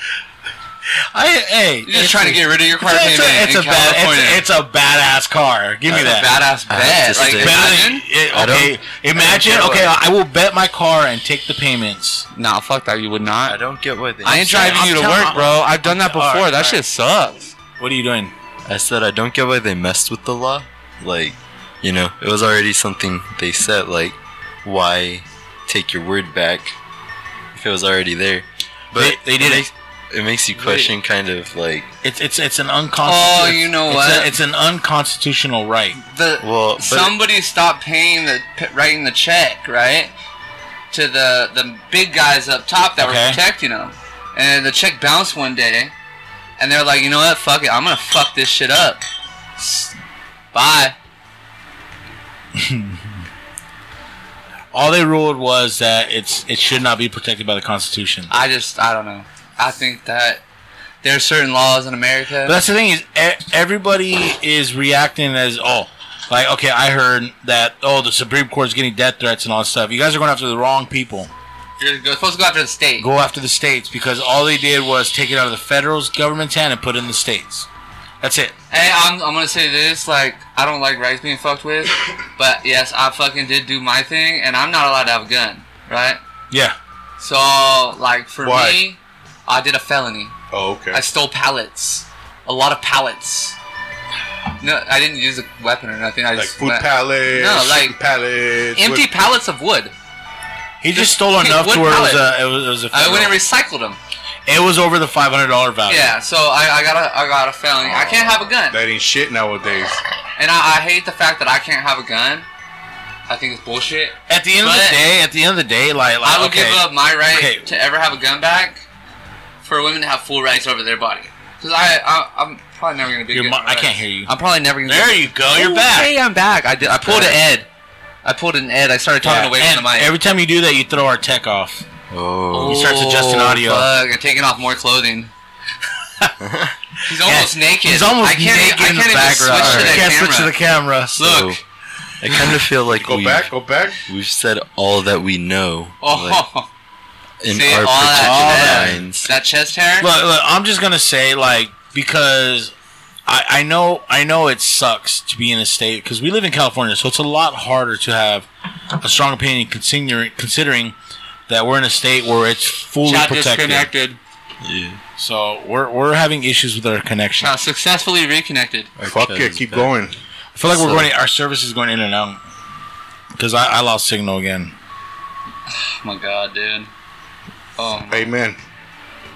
Speaker 1: I hey.
Speaker 3: You're just trying to get rid of your car
Speaker 1: It's
Speaker 3: payment
Speaker 1: a, it's
Speaker 3: in
Speaker 1: a bad,
Speaker 3: California.
Speaker 1: it's, it's a badass car. Give me
Speaker 3: That's
Speaker 1: that.
Speaker 3: a badass
Speaker 2: I have
Speaker 3: bet.
Speaker 2: to
Speaker 3: Like,
Speaker 2: stay-
Speaker 1: Better than-
Speaker 3: imagine.
Speaker 1: yeah,
Speaker 2: I don't-
Speaker 1: okay, imagine.
Speaker 2: I don't
Speaker 1: okay,
Speaker 2: care
Speaker 1: I will bet my car and take the payments.
Speaker 3: Nah, fuck that. You would not.
Speaker 2: I don't get what they.
Speaker 3: I ain't
Speaker 1: saying-
Speaker 3: driving
Speaker 1: I'm
Speaker 3: you to
Speaker 1: telling-
Speaker 3: work, bro. I've done that before.
Speaker 1: Alright, alright.
Speaker 3: that shit sucks.
Speaker 1: What are you doing?
Speaker 2: I said I don't get why they messed with the law. Like, you know, it was already something they said. Like, why take your word back if it was already there? But
Speaker 1: They- they did
Speaker 2: it. Makes, it makes you question, kind of like,
Speaker 1: It's it's it's an unconstitutional.
Speaker 3: Oh, you know
Speaker 1: it's
Speaker 3: what?
Speaker 1: a- it's an unconstitutional right.
Speaker 3: The
Speaker 2: Well, but-
Speaker 3: somebody stopped paying the p- writing the check, right? To the the big guys up top that
Speaker 1: Okay.
Speaker 3: were protecting them, and the check bounced one day, and they're like, you know what? Fuck it, I'm gonna fuck this shit up. S- Bye.
Speaker 1: All they ruled was that it's it should not be protected by the Constitution.
Speaker 3: I just I don't know. I think that there are certain laws in America.
Speaker 1: But that's the thing is e- everybody is reacting as oh, like okay, I heard that oh the Supreme Court's getting death threats and all that stuff. You guys are going after the wrong people.
Speaker 3: You're go- supposed to go after the state.
Speaker 1: go after the states because all they did was take it out of the federal government's hand and put it in the states. That's it.
Speaker 3: Hey, I'm, I'm gonna say this, like, I don't like rights being fucked with, but yes, I fucking did do my thing, and I'm not allowed to have a gun, right?
Speaker 1: Yeah.
Speaker 3: So, like, for
Speaker 4: Why?
Speaker 3: me, I did a felony.
Speaker 4: Oh, okay.
Speaker 3: I stole pallets. A lot of pallets. No, I didn't use a weapon or nothing. I
Speaker 4: like
Speaker 3: just
Speaker 4: food
Speaker 3: went-
Speaker 4: pallets.
Speaker 3: No, like-
Speaker 4: shooting pallets.
Speaker 3: empty
Speaker 4: with-
Speaker 3: pallets of wood.
Speaker 1: He just
Speaker 3: Just
Speaker 1: stole
Speaker 3: pick
Speaker 1: enough
Speaker 3: one
Speaker 1: to where it was
Speaker 3: pallet.
Speaker 1: a it was, it was a
Speaker 3: I
Speaker 1: federal.
Speaker 3: went and recycled them.
Speaker 1: it was over the five hundred dollar value.
Speaker 3: Yeah, so I, I got a I got a felony. I can't have a gun,
Speaker 4: That ain't shit nowadays.
Speaker 3: and I, I hate the fact that I can't have a gun. I think it's bullshit.
Speaker 1: At the end of
Speaker 3: But-
Speaker 1: the day, at the end of the day, like, like
Speaker 3: I would
Speaker 1: okay,
Speaker 3: give up my right
Speaker 1: Okay.
Speaker 3: to ever have a gun back for women to have full rights over their body. Because I, I, I'm probably never gonna be.
Speaker 1: Your
Speaker 3: good
Speaker 1: mi-
Speaker 3: at
Speaker 1: I can't
Speaker 3: rights.
Speaker 1: hear you.
Speaker 3: I'm probably never gonna.
Speaker 1: There
Speaker 3: be
Speaker 1: you go. You're back.
Speaker 3: Hey, I'm back. I did. I pulled an Ed. I pulled an Ed. I started talking
Speaker 1: Yeah,
Speaker 3: away
Speaker 1: and
Speaker 3: from the mic.
Speaker 1: every time you do that, you throw our tech off.
Speaker 2: oh,
Speaker 1: he starts adjusting
Speaker 3: Oh,
Speaker 1: audio.
Speaker 3: Fuck! I'm taking off more clothing. He's almost naked.
Speaker 1: He's almost
Speaker 3: I can't,
Speaker 1: naked
Speaker 3: I
Speaker 1: in
Speaker 3: can't
Speaker 1: the
Speaker 3: even
Speaker 1: background.
Speaker 3: Switch to
Speaker 1: You
Speaker 3: that
Speaker 1: can't
Speaker 3: camera.
Speaker 1: switch to the camera.
Speaker 2: so
Speaker 3: Look.
Speaker 2: I kind of feel like
Speaker 4: Go
Speaker 2: we
Speaker 4: back, go back.
Speaker 2: we've said all that we know. like,
Speaker 3: Oh,
Speaker 2: in
Speaker 3: see,
Speaker 2: our
Speaker 3: all that-
Speaker 2: protected minds.
Speaker 3: that chest hair.
Speaker 1: Look, look, I'm just gonna say like because I, I know I know it sucks to be in a state because we live in California, so it's a lot harder to have a strong opinion considering considering that we're in a state where it's fully
Speaker 3: Chat
Speaker 1: protected.
Speaker 3: disconnected.
Speaker 2: yeah,
Speaker 1: So we're we're having issues with our connection.
Speaker 3: Uh, successfully reconnected.
Speaker 2: our
Speaker 4: Fuck
Speaker 2: chat
Speaker 4: it,
Speaker 2: is
Speaker 4: keep
Speaker 2: back.
Speaker 4: going.
Speaker 1: I feel like we're
Speaker 2: so-
Speaker 1: going. Our service is going in and out because I, I lost signal again.
Speaker 3: Oh my god, dude. Oh, my-
Speaker 4: Amen.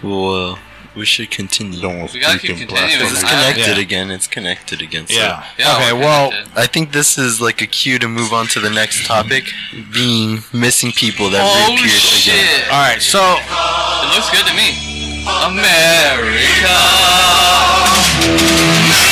Speaker 2: Well, We should continue.
Speaker 4: Don't
Speaker 3: We gotta keep
Speaker 4: freaking
Speaker 3: continuing.
Speaker 4: blast
Speaker 2: It's
Speaker 3: I-
Speaker 2: connected
Speaker 1: Yeah.
Speaker 2: again. It's connected again. so-
Speaker 1: Yeah.
Speaker 3: Yeah,
Speaker 1: okay.
Speaker 3: we're
Speaker 1: Well,
Speaker 3: connected.
Speaker 2: I think this is like a cue to move on to the next topic, being missing people that
Speaker 3: Oh
Speaker 2: reappeared again.
Speaker 3: shit!
Speaker 1: all right. So
Speaker 3: It looks good to me. America.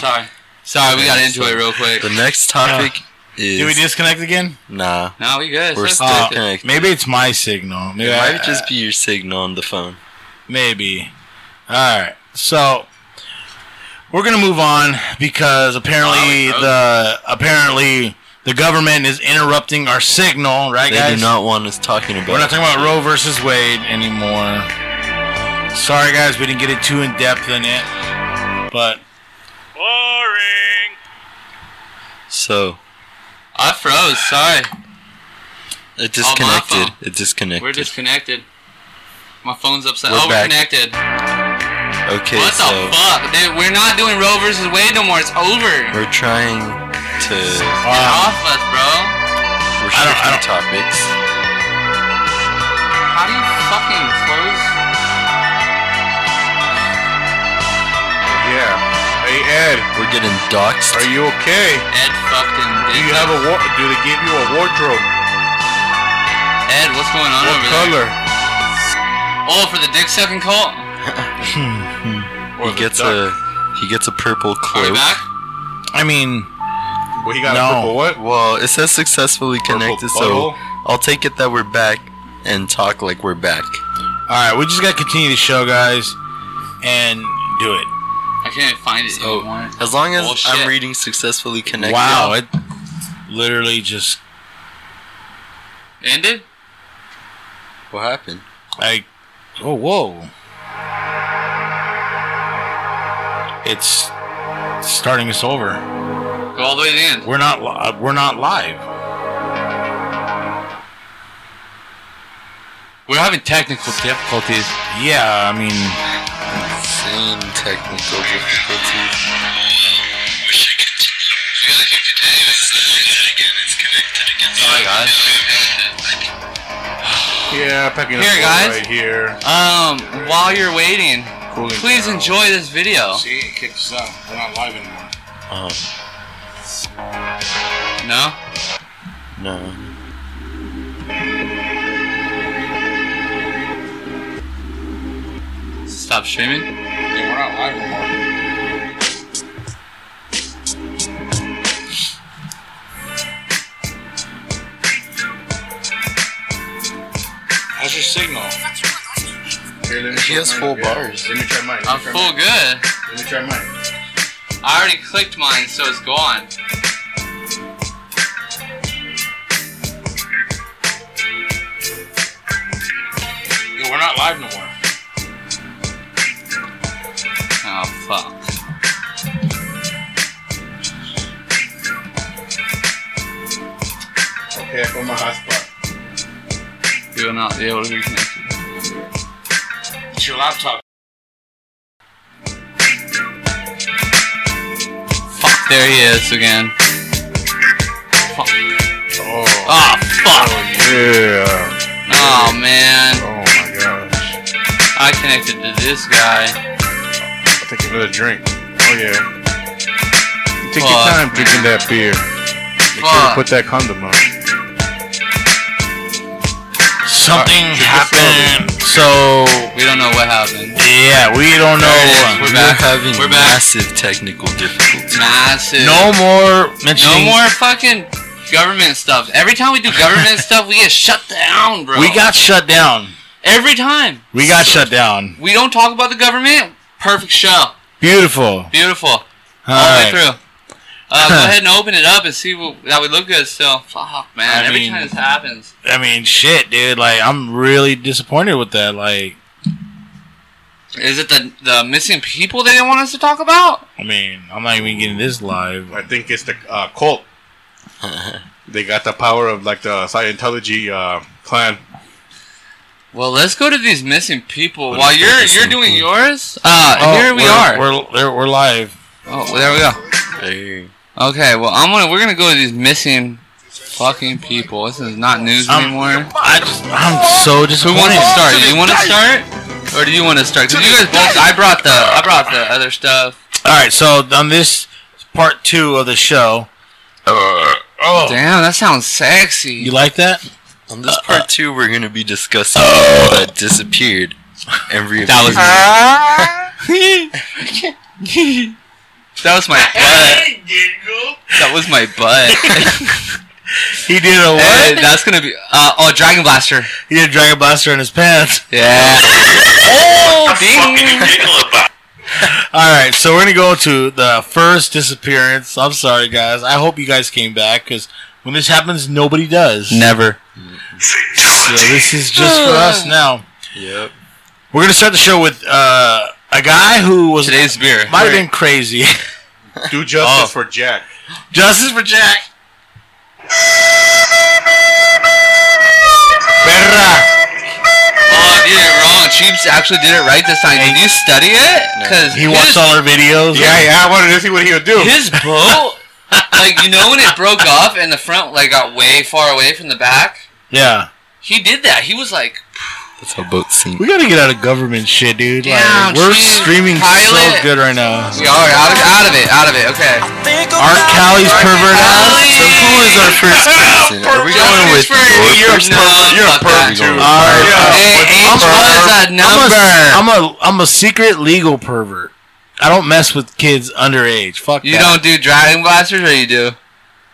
Speaker 3: Sorry. Sorry, we got into it real quick.
Speaker 2: The next topic is
Speaker 1: did we disconnect again?
Speaker 2: nah.
Speaker 3: No, we good.
Speaker 2: We're
Speaker 3: Let's
Speaker 2: still
Speaker 3: do it.
Speaker 1: Uh,
Speaker 2: connected.
Speaker 1: maybe it's my signal. Maybe
Speaker 2: It
Speaker 1: I-
Speaker 2: might just be your signal on the phone.
Speaker 1: Maybe. All right. So we're gonna move on because apparently
Speaker 3: Wow,
Speaker 1: the apparently the government is interrupting our signal, right,
Speaker 2: They
Speaker 1: guys?
Speaker 2: do not want us talking about.
Speaker 1: We're not
Speaker 2: it.
Speaker 1: talking about Roe versus Wade anymore. Sorry, guys, we didn't get it too in depth in it, but
Speaker 3: Oh,
Speaker 2: so
Speaker 3: I froze. Sorry.
Speaker 2: it
Speaker 3: my
Speaker 2: disconnected.
Speaker 3: phone.
Speaker 2: It disconnected.
Speaker 3: We're disconnected. My phone's upset.
Speaker 2: We're
Speaker 3: oh,
Speaker 2: back.
Speaker 3: we're connected.
Speaker 2: okay,
Speaker 3: What
Speaker 2: so
Speaker 3: the fuck? Dude, we're not doing Roe versus Wade no more. It's over.
Speaker 2: we're trying to.
Speaker 3: Get off us, bro.
Speaker 2: We're
Speaker 1: I don't- I
Speaker 2: shifting topics.
Speaker 3: How do you fucking close?
Speaker 4: Yeah. Hey Ed,
Speaker 2: We're getting doxxed.
Speaker 4: are you okay?
Speaker 3: Ed fucking.
Speaker 4: Do you have a war? Do they give you a wardrobe?
Speaker 3: Ed, what's going on
Speaker 4: What
Speaker 3: over
Speaker 4: color?
Speaker 3: there? Oh, for the dick sucking cult? Are
Speaker 4: Or
Speaker 2: he
Speaker 4: the
Speaker 2: gets
Speaker 4: duck?
Speaker 2: a he gets a purple
Speaker 3: we
Speaker 2: cloak.
Speaker 3: back?
Speaker 1: I mean,
Speaker 4: Well, he got
Speaker 1: No.
Speaker 4: a purple what?
Speaker 2: Well, it says successfully connected, so
Speaker 4: bottle.
Speaker 2: I'll take it that we're back and talk like we're back.
Speaker 1: all right, we just gotta continue the show, guys, and do it.
Speaker 3: I can't find it
Speaker 2: So
Speaker 3: anymore.
Speaker 2: as long as
Speaker 3: Bullshit.
Speaker 2: I'm reading successfully connected,
Speaker 1: wow, it literally just
Speaker 3: Ended?
Speaker 2: what happened?
Speaker 1: I. Oh, whoa. It's starting us over.
Speaker 3: Go all the way to the end.
Speaker 1: We're not. li- uh, We're not live.
Speaker 3: We're having technical difficulties.
Speaker 1: Yeah, I mean,
Speaker 2: Insane technical difficulties.
Speaker 3: Sorry, guys.
Speaker 4: Yeah, packing up
Speaker 3: Here,
Speaker 4: one
Speaker 3: guys.
Speaker 4: right here.
Speaker 3: Um, while you're waiting,
Speaker 4: Cooling
Speaker 3: please
Speaker 4: down.
Speaker 3: enjoy this video.
Speaker 4: See, it kicks us out. We're not live anymore.
Speaker 3: Oh.
Speaker 2: Um,
Speaker 3: No?
Speaker 2: no.
Speaker 3: Stop streaming?
Speaker 4: Yeah, we're not live anymore.
Speaker 1: how's your signal?
Speaker 4: Here, let me
Speaker 2: He
Speaker 4: try
Speaker 2: has
Speaker 4: mine.
Speaker 2: full
Speaker 4: Yeah,
Speaker 2: bars.
Speaker 4: Let me try mine. Let me
Speaker 3: I'm
Speaker 4: try
Speaker 3: full
Speaker 4: mine.
Speaker 3: good.
Speaker 4: Let me try mine.
Speaker 3: I already clicked mine, so it's gone.
Speaker 4: Yeah, we're not live no more.
Speaker 3: Oh, fuck.
Speaker 4: Okay, I found my hotspot.
Speaker 3: You will not be able to reconnect.
Speaker 4: It's your laptop.
Speaker 3: Fuck, there he is again. Fuck.
Speaker 4: Oh.
Speaker 3: Oh, fuck.
Speaker 4: Yeah.
Speaker 3: Oh, man.
Speaker 4: Oh my gosh.
Speaker 3: I connected to this guy.
Speaker 4: I'll take another drink. Oh yeah. Take your
Speaker 3: Fuck,
Speaker 4: time
Speaker 3: man.
Speaker 4: drinking that beer. Make sure
Speaker 3: Fuck.
Speaker 4: to put that condom on.
Speaker 1: Something
Speaker 3: Uh,
Speaker 4: Alright,
Speaker 1: happened. So
Speaker 3: We don't know what happened.
Speaker 1: yeah, we don't
Speaker 3: There it
Speaker 1: know.
Speaker 3: is. We're
Speaker 2: We're
Speaker 3: back.
Speaker 2: having
Speaker 3: We're back.
Speaker 2: massive technical difficulties.
Speaker 3: Massive.
Speaker 1: No more
Speaker 3: No
Speaker 1: mentioning.
Speaker 3: more fucking government stuff. Every time we do government stuff, we get shut down, bro.
Speaker 1: We got shut down.
Speaker 3: every time.
Speaker 1: We got shut down.
Speaker 3: We don't talk about the government. Perfect show.
Speaker 1: Beautiful. All
Speaker 3: Beautiful. All the way
Speaker 1: right.
Speaker 3: through. Uh, go ahead and open it up and see what, that would look good still. Fuck, man.
Speaker 1: I
Speaker 3: every
Speaker 1: mean-
Speaker 3: time this happens.
Speaker 1: I mean, shit, dude. Like, I'm really disappointed with that. Like,
Speaker 3: Is it the the missing people they didn't want us to talk about?
Speaker 1: I mean, I'm not even getting this live.
Speaker 4: I think it's the uh, cult. they got the power of like the Scientology uh, clan.
Speaker 3: Well, let's go to these missing people.
Speaker 2: Let's
Speaker 3: While
Speaker 2: go to
Speaker 3: you're you're
Speaker 2: some
Speaker 3: doing
Speaker 2: food.
Speaker 3: yours, uh,
Speaker 1: Oh,
Speaker 3: here we
Speaker 1: we're-
Speaker 3: are.
Speaker 1: We're there- we're live.
Speaker 3: oh, well, there we go.
Speaker 2: Hey.
Speaker 3: Okay, well, I'm gonna we're gonna go to these missing fucking people. This is not news
Speaker 1: Um,
Speaker 3: anymore.
Speaker 1: I just, I'm so
Speaker 3: Who
Speaker 1: disappointed.
Speaker 3: wants to start? You want to start, or do you want to start? Because you guys both. I brought the I brought the other stuff.
Speaker 1: All right, so on this part two of the show,
Speaker 3: Uh,
Speaker 1: oh,
Speaker 3: Damn, that sounds sexy.
Speaker 1: you like that?
Speaker 2: On this
Speaker 3: uh,
Speaker 2: part two, we're gonna be discussing people that disappeared and reappeared.
Speaker 3: that was my butt. That was my butt.
Speaker 1: He did a
Speaker 3: Hey, that's gonna be uh, oh Dragon Blaster.
Speaker 1: He did a dragon blaster in his pants.
Speaker 3: Yeah. oh, ding.
Speaker 1: All right, so we're gonna go to the first disappearance. I'm sorry, guys. I hope you guys came back because when this happens, nobody does.
Speaker 3: Never.
Speaker 1: So this is just for us now.
Speaker 2: Yep.
Speaker 1: We're gonna start the show with uh, a guy who was
Speaker 3: Today's beer.
Speaker 1: might have been crazy.
Speaker 4: Do justice for Jack.
Speaker 1: Justice for Jack. Perra.
Speaker 3: Oh, I did it wrong. Cheeps actually did it right this time. Did you study it? Because
Speaker 1: He watched all our videos.
Speaker 4: Yeah, yeah. I wanted to see what he would do.
Speaker 3: his boat, like you know when it broke off and the front like got way far away from the back.
Speaker 1: Yeah.
Speaker 3: He did that. He was like,
Speaker 2: That's how boats sink.
Speaker 1: We gotta get out of government shit, dude.
Speaker 3: Damn,
Speaker 1: like, we're
Speaker 3: dude.
Speaker 1: streaming
Speaker 3: Pilot.
Speaker 1: so good right now.
Speaker 3: "We are out of out of it, out of it." Okay.
Speaker 1: Our Cali's pervert ass.
Speaker 3: Cali.
Speaker 1: So who is our first person?
Speaker 2: Are we going with
Speaker 3: Justice for you.
Speaker 2: your person?
Speaker 3: No, fuck that.
Speaker 2: Are we going
Speaker 1: Alright.
Speaker 3: Hey,
Speaker 2: with-
Speaker 1: I'm
Speaker 3: age
Speaker 1: a-
Speaker 3: was a number.
Speaker 1: I'm a, I'm a I'm a secret legal pervert. I don't mess with kids underage. Fuck
Speaker 3: you
Speaker 1: that.
Speaker 3: don't do dragon blasters, or you do,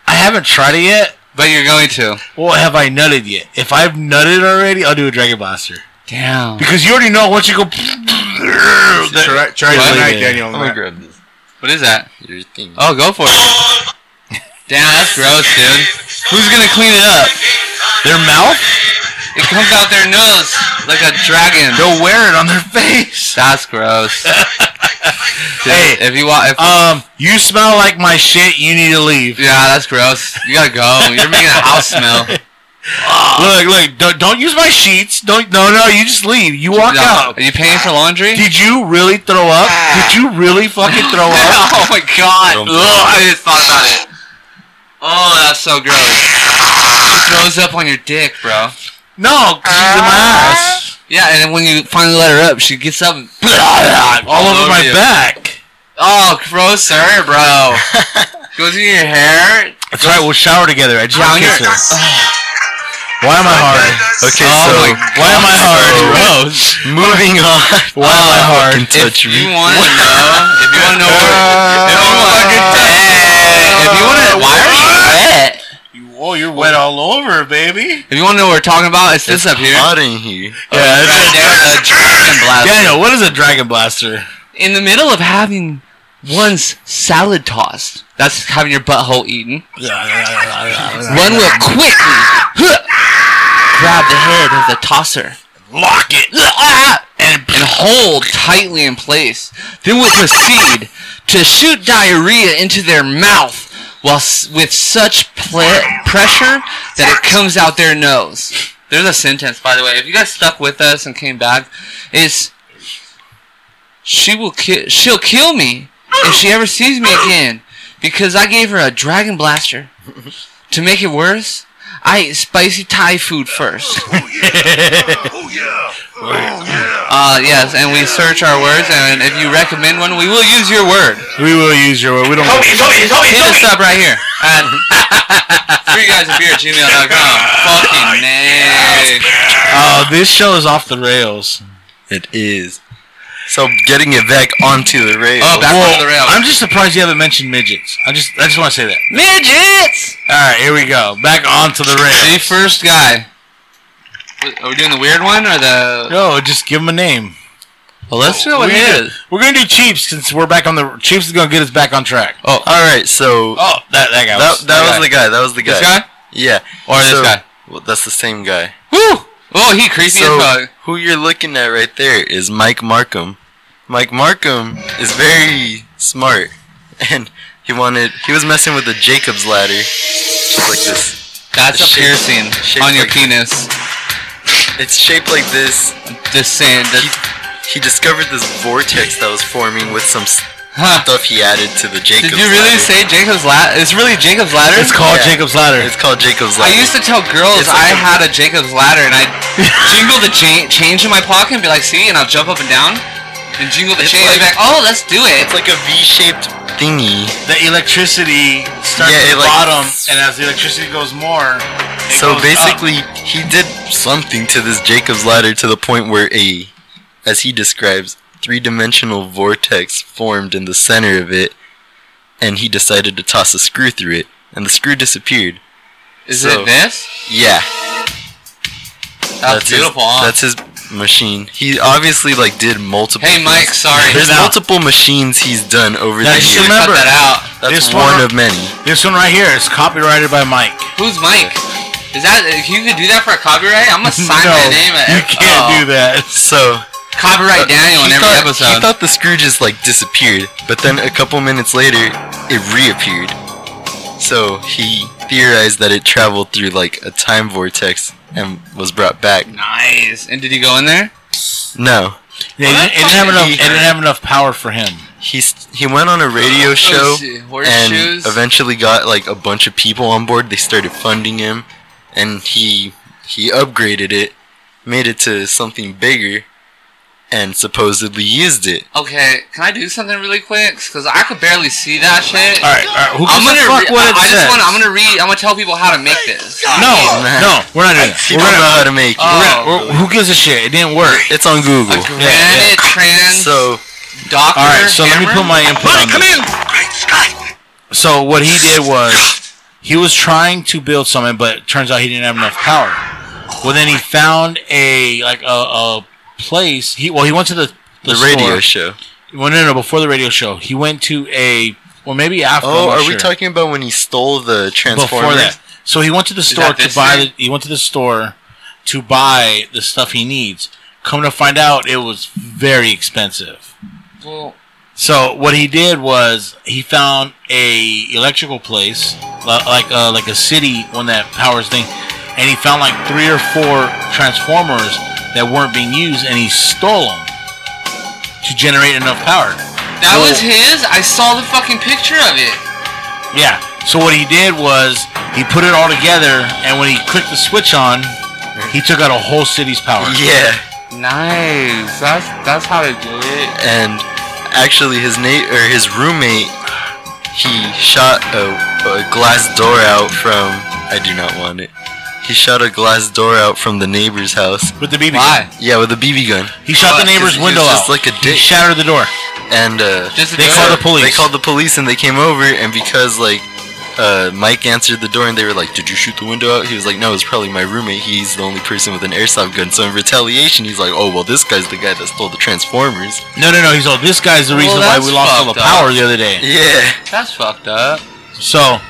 Speaker 1: I haven't tried it yet.
Speaker 3: but you're going to.
Speaker 1: Well, have I nutted yet? If I've nutted already, I'll do a Dragon Blaster.
Speaker 3: Damn.
Speaker 1: Because you already know once you go. that-
Speaker 4: Try, try
Speaker 1: What?
Speaker 4: tonight, Daniel.
Speaker 2: I'm gonna grab this.
Speaker 3: What is that?
Speaker 2: Your thing.
Speaker 3: Oh, go for it. Damn, that's gross, dude. Who's gonna clean it up?
Speaker 1: Their mouth?
Speaker 3: It comes out their nose like a dragon.
Speaker 1: They'll wear it on their face.
Speaker 3: That's gross. Dude,
Speaker 1: Hey,
Speaker 3: if you want, if,
Speaker 1: Um, you smell like my shit. You need to leave.
Speaker 3: yeah, that's gross. You gotta go. You're making a house smell.
Speaker 1: Look, look. Don't, don't use my sheets. Don't. No, no. You just leave. You walk
Speaker 3: No.
Speaker 1: out.
Speaker 3: Are you paying for laundry?
Speaker 1: Did you really throw up? Did you really fucking throw up?
Speaker 3: oh my god!
Speaker 2: Don't-
Speaker 3: Ugh, I just thought about it. Oh, that's so gross. It throws up on your dick, bro.
Speaker 1: No, 'cause she's in my ass.
Speaker 3: Yeah, and then when you finally let her up, she gets up. and-
Speaker 1: All over my
Speaker 3: you.
Speaker 1: back.
Speaker 3: Oh, grosser, bro. Goes in your hair.
Speaker 1: That's right. We'll shower together. I just want
Speaker 3: Down
Speaker 1: to
Speaker 3: your-
Speaker 1: kiss her. Why am I hard?
Speaker 2: Okay,
Speaker 3: Oh
Speaker 2: so
Speaker 1: Why am I hard? Gross.
Speaker 2: moving on.
Speaker 1: Why am I hard?
Speaker 2: Fucking
Speaker 3: If
Speaker 2: touch
Speaker 3: you
Speaker 2: me.
Speaker 3: want to know, if you want to know,
Speaker 1: Oh
Speaker 3: where, if you want to, if you want to, why are you wet?
Speaker 1: Oh, you're wet all over, baby.
Speaker 3: If you want to know what we're talking about, it's this up here.
Speaker 2: Hot in here.
Speaker 1: Yeah,
Speaker 3: Right
Speaker 1: it's
Speaker 3: there, a dragon blast.
Speaker 1: Daniel, what is a dragon blaster?
Speaker 3: in the middle of having one's salad tossed, that's having your butthole eaten, one will quickly huh, grab the head of the tosser
Speaker 1: Lock it.
Speaker 3: ah, and, and hold tightly in place. Then will proceed to shoot diarrhea into their mouth while s- with such ple- pressure that it comes out their nose. There's a sentence, by the way. If you guys stuck with us and came back, it's she will ki- she'll kill me if she ever sees me again because I gave her a dragon blaster. To make it worse, I ate spicy Thai food first. Oh, Uh, yes, and we search our words, and if you recommend one, we will use your word.
Speaker 1: We will use your word. We don't.
Speaker 3: Hit us up right here at three guys a beer at gmail.com. Fucking name.
Speaker 1: Oh, this show is off the rails.
Speaker 2: It is. So getting it back onto the rail.
Speaker 3: Oh, back
Speaker 1: Well,
Speaker 3: onto the rails.
Speaker 1: I'm just surprised you haven't mentioned midgets. I just, I just want to say that.
Speaker 3: Midgets!
Speaker 1: All right, here we go. Back onto the
Speaker 3: The
Speaker 1: rails.
Speaker 3: first guy. Wait, Are we doing the weird one or the.
Speaker 1: No, just give him a name.
Speaker 3: Well, let's do
Speaker 1: We did- We're gonna do Chiefs since we're back on the Chiefs is gonna get us back on track.
Speaker 2: Oh, all right. So
Speaker 1: Oh, that that guy.
Speaker 2: that,
Speaker 1: was,
Speaker 2: that
Speaker 1: guy.
Speaker 2: was the guy. That was the guy.
Speaker 3: This guy?
Speaker 2: Yeah.
Speaker 3: Or this
Speaker 2: So-
Speaker 3: guy?
Speaker 2: Well, that's the same guy.
Speaker 3: Woo! Oh, he creepy as
Speaker 2: So
Speaker 3: fuck.
Speaker 2: who you're looking at right there is Mike Markham. Mike Markham is very smart, and he wanted. He was messing with the Jacob's ladder, just like this.
Speaker 3: That's a
Speaker 2: shape-
Speaker 3: piercing
Speaker 2: shape
Speaker 3: on your
Speaker 2: like-
Speaker 3: penis.
Speaker 2: It's shaped like this.
Speaker 3: Just saying
Speaker 2: He,
Speaker 3: that.
Speaker 2: he discovered this vortex that was forming with some s-
Speaker 3: Huh.
Speaker 2: stuff he added to the
Speaker 3: Did
Speaker 2: Jacob's
Speaker 3: you really say
Speaker 2: ladder.
Speaker 3: Jacob's ladder? It's really Jacob's ladder.
Speaker 1: It's called
Speaker 2: Yeah.
Speaker 1: Jacob's Ladder.
Speaker 2: It's called Jacob's
Speaker 3: I
Speaker 2: ladder.
Speaker 3: used to tell girls
Speaker 2: It's
Speaker 3: I
Speaker 2: like a-
Speaker 3: had a Jacob's ladder and I jingle the cha- change in my pocket and be like, "See," and I'll jump up and down and jingle the
Speaker 2: It's
Speaker 3: change and be like,
Speaker 2: like-
Speaker 3: "Oh, let's do it."
Speaker 2: It's like a V-shaped thingy.
Speaker 1: The electricity starts at
Speaker 2: Yeah, it
Speaker 1: the
Speaker 2: like-
Speaker 1: bottom, and as the electricity goes more, it goes
Speaker 3: uh,
Speaker 2: so
Speaker 1: up.
Speaker 2: basically, he did something to this Jacob's ladder to the point where a, as he describes, three-dimensional vortex formed in the center of it, and he decided to toss a screw through it, and the screw disappeared.
Speaker 3: Is
Speaker 2: So-
Speaker 3: it this?
Speaker 2: Yeah,
Speaker 3: That's, beautiful.
Speaker 2: His,
Speaker 3: huh?
Speaker 2: That's his machine. He obviously like did multiple.
Speaker 3: hey,
Speaker 2: things.
Speaker 3: Mike. Sorry.
Speaker 2: There's
Speaker 1: Now-
Speaker 2: multiple machines he's done over the
Speaker 1: Now,
Speaker 2: years.
Speaker 1: you
Speaker 3: Should've
Speaker 1: remember-
Speaker 3: cut that out.
Speaker 2: That's
Speaker 1: this
Speaker 2: one
Speaker 1: one-
Speaker 2: of many.
Speaker 1: this one right here is copyrighted by Mike.
Speaker 3: Who's Mike? Is that if you could do that for a copyright? I'm gonna sign
Speaker 1: no,
Speaker 3: my name. At, uh,
Speaker 1: you can't do that.
Speaker 2: So
Speaker 3: Copyright Daniel in
Speaker 2: Uh, he
Speaker 3: every
Speaker 2: thought,
Speaker 3: episode.
Speaker 2: He thought the screw just like disappeared, but then a couple minutes later, it reappeared. So he theorized that it traveled through like a time vortex and was brought back.
Speaker 3: nice. And did he go in there?
Speaker 2: No,
Speaker 1: Yeah, it, didn't, it didn't have enough. It didn't have enough power for him.
Speaker 2: he s- he went on a radio show
Speaker 3: Oh, shit.
Speaker 2: and
Speaker 3: Horseshoes.
Speaker 2: eventually got like a bunch of people on board. They started funding him, and he he upgraded it, made it to something bigger, and supposedly used it.
Speaker 3: Okay, can I do something really quick? Cause I could barely see that shit.
Speaker 1: All right, all right who
Speaker 3: I'm
Speaker 1: gives
Speaker 3: gonna.
Speaker 1: a fuck
Speaker 3: Re-
Speaker 1: what
Speaker 3: I,
Speaker 1: it
Speaker 3: I just
Speaker 1: says?
Speaker 3: want. I'm gonna read. I'm gonna tell people how to make this.
Speaker 1: no,
Speaker 2: man.
Speaker 1: no, we're not doing that.
Speaker 2: He
Speaker 1: We're
Speaker 2: don't know
Speaker 1: gonna,
Speaker 2: how to make it.
Speaker 3: Oh,
Speaker 1: we're- who gives a shit? It didn't work.
Speaker 2: It's on Google.
Speaker 3: granite
Speaker 1: yeah.
Speaker 3: trans
Speaker 2: So
Speaker 3: doctor.
Speaker 1: All right, so let me
Speaker 3: hammer?
Speaker 1: put my input on this. So what he did was he was trying to build something, but it turns out he didn't have enough power. Well, then he found a like a, a place. He well he went to the
Speaker 2: the radio
Speaker 1: store.
Speaker 2: show.
Speaker 1: Well, no, no, before the radio show, he went to a or maybe after. I'm
Speaker 2: Oh,
Speaker 1: not
Speaker 2: are we
Speaker 1: sure.
Speaker 2: talking about when he stole the Transformers?
Speaker 1: before that? So he went to the store
Speaker 3: that
Speaker 1: to
Speaker 3: this
Speaker 1: buy.
Speaker 3: thing?
Speaker 1: The, he went to the store to buy the stuff he needs. Come to find out, it was very expensive.
Speaker 3: Well,
Speaker 1: So what he did was he found a electrical place, li- like uh, like a city one that powers thing, and he found like three or four transformers that weren't being used, and he stole them to generate enough power.
Speaker 3: that was his. I saw the fucking picture of it.
Speaker 1: Yeah. So what he did was he put it all together, and when he clicked the switch on, he took out a whole city's power.
Speaker 2: Yeah,
Speaker 3: Nice. That's that's how to do it.
Speaker 2: and actually, his na- or his roommate, he shot a, a glass door out from. I do not want it. He shot a glass door out from the neighbor's house.
Speaker 1: With the BB
Speaker 3: Why?
Speaker 1: gun,
Speaker 2: Yeah, with a BB gun,
Speaker 1: he shot the
Speaker 2: Fuck,
Speaker 1: neighbor's
Speaker 2: he's-
Speaker 1: window
Speaker 2: he's just
Speaker 1: out.
Speaker 2: like a
Speaker 1: He
Speaker 2: dick.
Speaker 1: shattered the door.
Speaker 2: and uh,
Speaker 3: Just a
Speaker 1: They
Speaker 3: door.
Speaker 1: called the police.
Speaker 2: They called the police and they came over, and because like uh, Mike answered the door and they were like, "Did you shoot the window out?" He was like, "No, it's probably my roommate. He's the only person with an airsoft gun." So in retaliation, he's like, "Oh well, this guy's the guy that stole the Transformers."
Speaker 1: No, no, no. He's all. This guy's the
Speaker 3: Well,
Speaker 1: reason why
Speaker 3: that's
Speaker 1: we lost all the
Speaker 3: fucked up.
Speaker 1: power the other day.
Speaker 2: Yeah.
Speaker 3: That's fucked up.
Speaker 1: So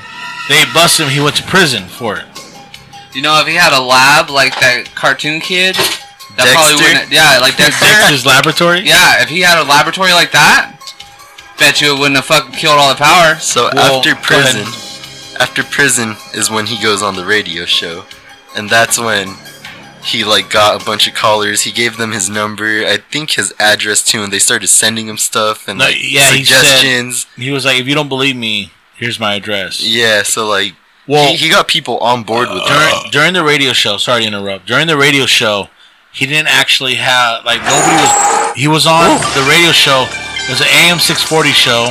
Speaker 1: they bust him. He went to prison for it.
Speaker 3: You know, if he had a lab like that cartoon kid, that probably
Speaker 2: Dexter?
Speaker 3: wouldn't. Yeah, like Dexter.
Speaker 1: Dexter's laboratory.
Speaker 3: yeah, if he had a laboratory like that, bet you it wouldn't have fucking killed all the power.
Speaker 2: So
Speaker 1: Well,
Speaker 2: after
Speaker 1: go ahead.
Speaker 2: prison, after prison is when he goes on the radio show, and that's when he like got a bunch of callers. He gave them his number, I think his address too, and they started sending him stuff and
Speaker 1: No,
Speaker 2: like
Speaker 1: yeah, he said-
Speaker 2: suggestions.
Speaker 1: He was like, if you don't believe me, here's my address.
Speaker 2: yeah, so like.
Speaker 1: Well,
Speaker 2: he, he got people on board with
Speaker 1: during,
Speaker 2: it.
Speaker 1: during the radio show. Sorry to interrupt. During the radio show, he didn't actually have like nobody was. He was on the radio show. It was an AM 640 show.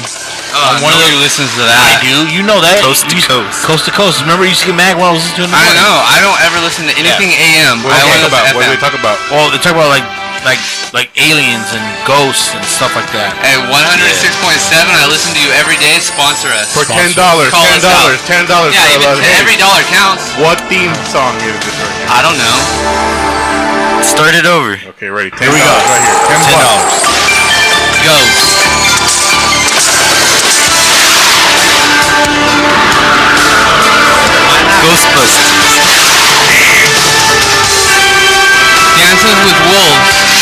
Speaker 3: Uh,
Speaker 1: one of
Speaker 3: nobody
Speaker 1: the-
Speaker 3: listens
Speaker 1: I
Speaker 3: to that.
Speaker 1: do. You know that.
Speaker 2: Coast to
Speaker 1: You-
Speaker 2: coast.
Speaker 1: Coast to coast. Remember, you used to get mad when I was listening to it in the
Speaker 3: I
Speaker 1: morning?
Speaker 3: know. I don't ever listen to anything AM.
Speaker 4: What
Speaker 3: I only
Speaker 4: do we talk
Speaker 3: listen
Speaker 4: about?
Speaker 3: to
Speaker 4: What do we
Speaker 3: FM.
Speaker 4: talk about?
Speaker 1: Well, they talk about like like like aliens and ghosts and stuff like that.
Speaker 3: Hey, 106.7. I listen to you every day. Sponsor us.
Speaker 4: For ten dollars,
Speaker 3: Call us
Speaker 4: ten dollars, ten dollars.
Speaker 3: yeah, even every dollar counts.
Speaker 4: What theme song is this
Speaker 3: I
Speaker 4: right
Speaker 3: don't know.
Speaker 2: Start it over.
Speaker 4: here? Okay, ready. Ten dollars right here. Ten dollars.
Speaker 3: Ghost.
Speaker 2: Ghostbusters.
Speaker 3: Dances with wolves.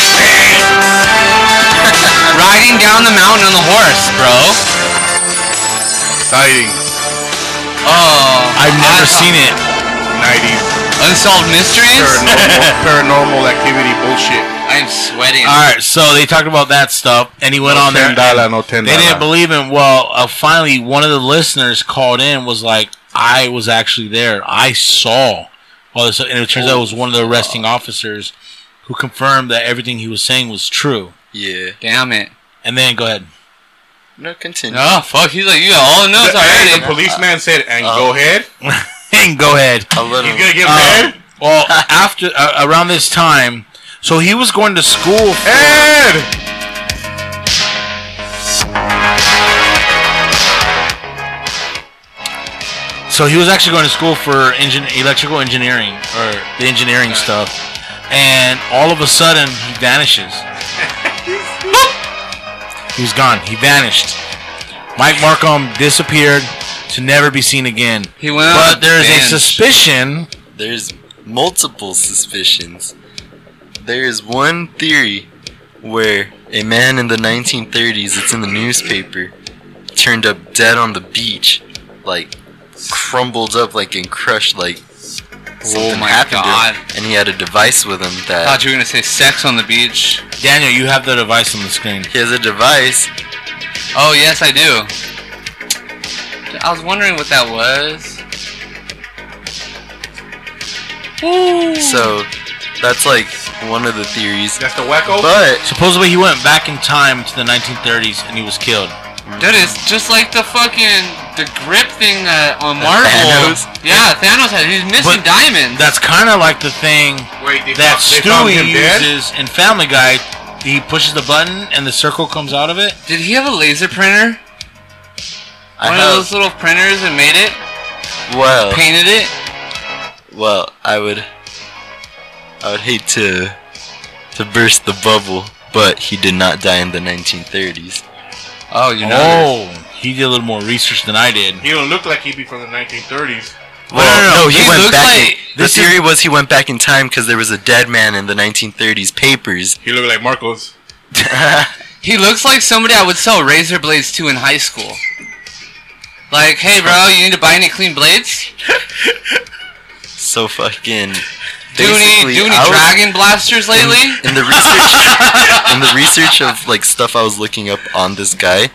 Speaker 3: Riding down the mountain on the horse, bro.
Speaker 4: Sightings.
Speaker 3: Oh,
Speaker 1: I've never seen it.
Speaker 4: Nineties.
Speaker 3: Unsolved mysteries.
Speaker 4: Paranormal, paranormal activity bullshit.
Speaker 3: I am sweating.
Speaker 1: All right, so they talked about that stuff, and he went on there.
Speaker 4: Ten dollar, no ten
Speaker 1: They didn't believe him. Well, uh, finally, one of the listeners called in was like, "I was actually there. I saw." Well, this, and it turns out it was one of the arresting officers who confirmed that everything he was saying was true.
Speaker 2: Yeah.
Speaker 3: Damn it.
Speaker 1: And then go ahead.
Speaker 2: No, continue.
Speaker 3: Oh fuck! He's like you got all the
Speaker 4: The,
Speaker 3: notes
Speaker 4: hey,
Speaker 3: already.
Speaker 4: the policeman said, "And go ahead."
Speaker 1: and go ahead.
Speaker 2: I'll let
Speaker 4: He's
Speaker 2: him.
Speaker 4: gonna get
Speaker 1: Uh,
Speaker 4: mad.
Speaker 1: well, after uh, around this time, so he was going to school. For,
Speaker 4: Ed.
Speaker 1: So he was actually going to school for engin- electrical engineering or the engineering stuff, and all of a sudden he vanishes. he was gone. He vanished. Mike Markham disappeared to never be seen again.
Speaker 3: He went on
Speaker 1: But there is a
Speaker 3: bench.
Speaker 1: suspicion.
Speaker 2: There's multiple suspicions. There is one theory where a man in the 1930s, it's in the newspaper, turned up dead on the beach, like crumbled up, like and crushed, like something
Speaker 3: Oh my
Speaker 2: happened
Speaker 3: God.
Speaker 2: to him, and he had a device with him
Speaker 3: I
Speaker 2: that
Speaker 3: thought you were gonna say sex on the beach.
Speaker 1: Daniel, you have the device on the screen.
Speaker 2: he has a device.
Speaker 3: Oh yes, I do. I was wondering what that was.
Speaker 2: So that's like one of the theories.
Speaker 4: That's the wacko.
Speaker 2: But
Speaker 1: Supposedly he went back in time to the 1930s and he was killed.
Speaker 3: Dude, it's
Speaker 2: Oh.
Speaker 3: just like the fucking the grip thing uh, on Marvel.
Speaker 2: Thanos?
Speaker 3: Yeah, Thanos had. He's missing
Speaker 1: But
Speaker 3: diamonds.
Speaker 1: That's kind of like the thing
Speaker 4: Wait, they,
Speaker 1: that
Speaker 4: fo- they found
Speaker 1: Stewie
Speaker 4: him dead.
Speaker 1: uses in Family Guy. He pushes the button and the circle comes out of it.
Speaker 3: Did he have a laser printer?
Speaker 2: I
Speaker 3: One of
Speaker 2: have
Speaker 3: those little printers that made it,
Speaker 2: well,
Speaker 3: painted it.
Speaker 2: well, I would, I would hate to, to burst the bubble, but he did not die in the 1930s.
Speaker 3: Oh, you
Speaker 1: Oh, he did a little more research than I did.
Speaker 4: He don't look like he'd be from the 1930s.
Speaker 2: Well,
Speaker 1: no,
Speaker 2: no,
Speaker 1: no,
Speaker 2: he,
Speaker 3: he
Speaker 2: went
Speaker 3: looks
Speaker 2: back.
Speaker 3: like-
Speaker 2: in, the
Speaker 1: this is-
Speaker 2: theory was he went back in time because there was a dead man in the 1930s papers.
Speaker 4: He looked like Marcos.
Speaker 3: He looks like somebody I would sell razor blades to in high school. Like, hey, bro, you need to buy any clean blades?
Speaker 2: So fucking.
Speaker 3: Do you
Speaker 2: basically,
Speaker 3: need, do you need
Speaker 2: I was-
Speaker 3: dragon blasters lately?
Speaker 2: in the research in the research of like stuff I was looking up on this guy,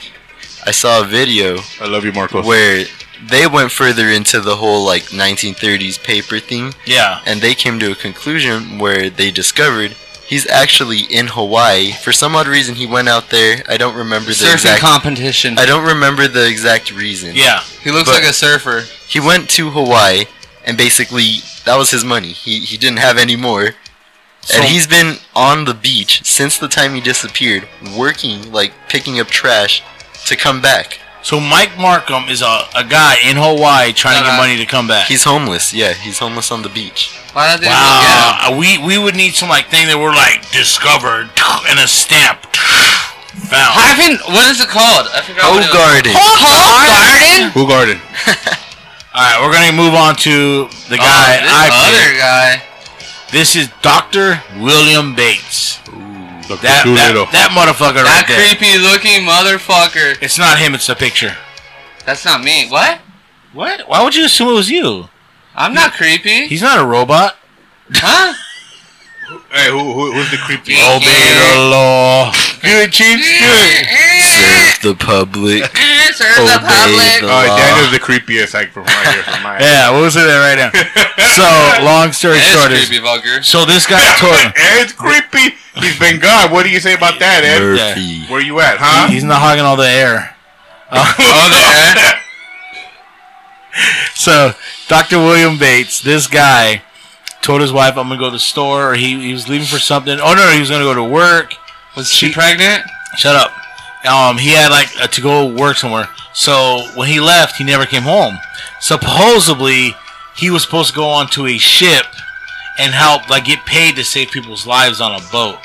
Speaker 2: I saw a video
Speaker 4: I love you, Marcos.
Speaker 2: where they went further into the whole like 1930s paper thing
Speaker 1: Yeah.
Speaker 2: and they came to a conclusion where they discovered he's actually in Hawaii. For some odd reason he went out there. I don't remember the
Speaker 3: Surfing
Speaker 2: exact
Speaker 3: competition.
Speaker 2: I don't remember the exact reason.
Speaker 1: Yeah.
Speaker 3: He looks
Speaker 2: but-
Speaker 3: like a surfer.
Speaker 2: He went to Hawaii and basically that was his money. He he didn't have any more.
Speaker 1: So-
Speaker 2: and he's been on the beach since the time he disappeared, working like picking up trash to come back.
Speaker 1: So Mike Markham is a, a guy in Hawaii trying to get
Speaker 3: Uh,
Speaker 1: money to come back.
Speaker 2: He's homeless. Yeah, he's homeless on the beach.
Speaker 3: Why did they wow.
Speaker 1: wow. We we would need some like thing that we're like discovered and a stamp found.
Speaker 3: Hyphen, what is it called? I forgot
Speaker 1: Oh,
Speaker 3: what it was. Hogarden?
Speaker 2: Hogarden.
Speaker 4: Who guarded?
Speaker 1: All right, we're gonna move on to the guy.
Speaker 3: oh, this
Speaker 1: I
Speaker 3: other
Speaker 1: picked.
Speaker 3: guy.
Speaker 1: This is Doctor William Bates.
Speaker 4: Dr.
Speaker 1: That
Speaker 4: Doolittle.
Speaker 1: that, that motherfucker
Speaker 3: That
Speaker 1: right there.
Speaker 3: creepy looking motherfucker.
Speaker 1: It's not him. It's the picture.
Speaker 3: That's not me. What?
Speaker 1: What? Why would you assume it was you?
Speaker 3: I'm not creepy.
Speaker 1: He's not a robot.
Speaker 3: Huh?
Speaker 4: Hey, who, who who's the creepy?
Speaker 1: Obey the law.
Speaker 4: good chief.
Speaker 2: Serve the public.
Speaker 3: Serve
Speaker 2: Obey
Speaker 3: the public.
Speaker 2: the-
Speaker 1: uh,
Speaker 4: All right, Daniel's the creepiest like from right here from my.
Speaker 1: Yeah, we'll say that right now. so, long story
Speaker 3: That is
Speaker 1: short is,
Speaker 3: creepy, vulgar.
Speaker 1: so this guy tore.
Speaker 4: Ed's creepy. He's been God. What do you say about that, Ed?
Speaker 2: Murphy.
Speaker 4: Where you at, huh?
Speaker 1: He's not hogging all the air.
Speaker 3: Oh, there.
Speaker 1: So, Dr. William Bates, this guy told his wife, "I'm gonna go to the store." Or he he was leaving for something. Oh no, he was gonna go to work.
Speaker 3: Was she pregnant?
Speaker 1: Shut up. Um, he had like uh, to go work somewhere. So when he left, he never came home. Supposedly, he was supposed to go onto a ship and help like get paid to save people's lives on a boat.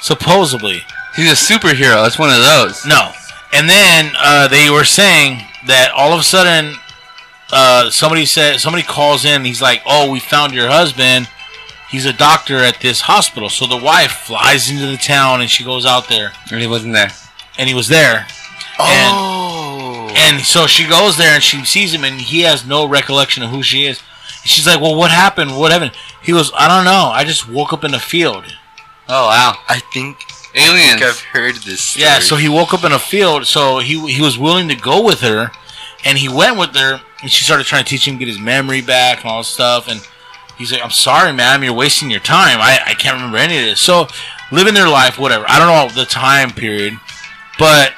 Speaker 1: Supposedly.
Speaker 3: He's a superhero. It's one of those.
Speaker 1: No. And then uh, they were saying that all of a sudden, uh, somebody said somebody calls in. He's like, "Oh, we found your husband. He's a doctor at this hospital." So the wife flies into the town and she goes out there,
Speaker 3: And he wasn't there.
Speaker 1: and he was there.
Speaker 2: Oh.
Speaker 1: And so she goes there and she sees him, and he has no recollection of who she is. She's like, well, what happened? What happened? He goes, I don't know. I just woke up in a field.
Speaker 3: Oh wow,
Speaker 2: I think, I
Speaker 3: aliens.
Speaker 2: think I've heard this. Story.
Speaker 1: Yeah, so he woke up in a field. So he he was willing to go with her, and he went with her. And she started trying to teach him to get his memory back and all this stuff. And he's like, "I'm sorry, ma'am, you're wasting your time. I I can't remember any of this." So living their life, whatever. I don't know the time period, but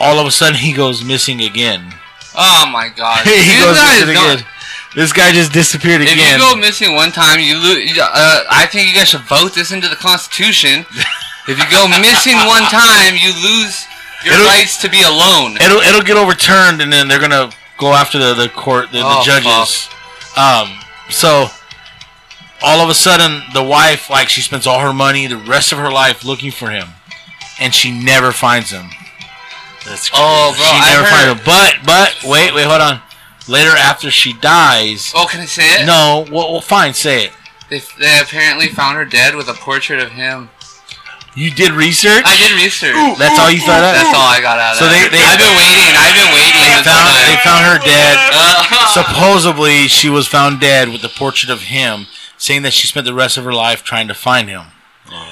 Speaker 1: all of a sudden he goes missing again.
Speaker 3: oh my god,
Speaker 1: he
Speaker 3: These
Speaker 1: goes
Speaker 3: guys
Speaker 1: missing
Speaker 3: don't-
Speaker 1: again. This guy just disappeared
Speaker 3: If
Speaker 1: again.
Speaker 3: you go missing one time, you lose. Uh, I think you guys should vote this into the Constitution. if you go missing one time, you lose your
Speaker 1: It'll-
Speaker 3: rights to be alone.
Speaker 1: it'll it'll get overturned and then they're gonna go after the, the court the, the
Speaker 3: Oh,
Speaker 1: judges um so all of a sudden the wife like she spends all her money the rest of her life looking for him and she never finds him
Speaker 2: That's
Speaker 3: Oh,
Speaker 1: she
Speaker 3: bro, I
Speaker 1: never
Speaker 3: heard.
Speaker 1: finds him but but wait wait hold on later after she dies
Speaker 3: Oh, can I say it?
Speaker 1: no well, well fine say it
Speaker 3: They, they apparently found her dead with a portrait of him.
Speaker 1: you did research
Speaker 3: I did research.
Speaker 1: that's all you thought of?
Speaker 3: That's all I got out of
Speaker 1: So
Speaker 3: it.
Speaker 1: they- they-
Speaker 3: I've been waiting. I've been waiting.
Speaker 1: they
Speaker 3: this
Speaker 1: found,
Speaker 3: whole
Speaker 1: they
Speaker 3: time.
Speaker 1: found her dead
Speaker 3: Uh,
Speaker 1: Supposedly, she was found dead with a portrait of him, saying that she spent the rest of her life trying to find him.
Speaker 3: Uh-huh.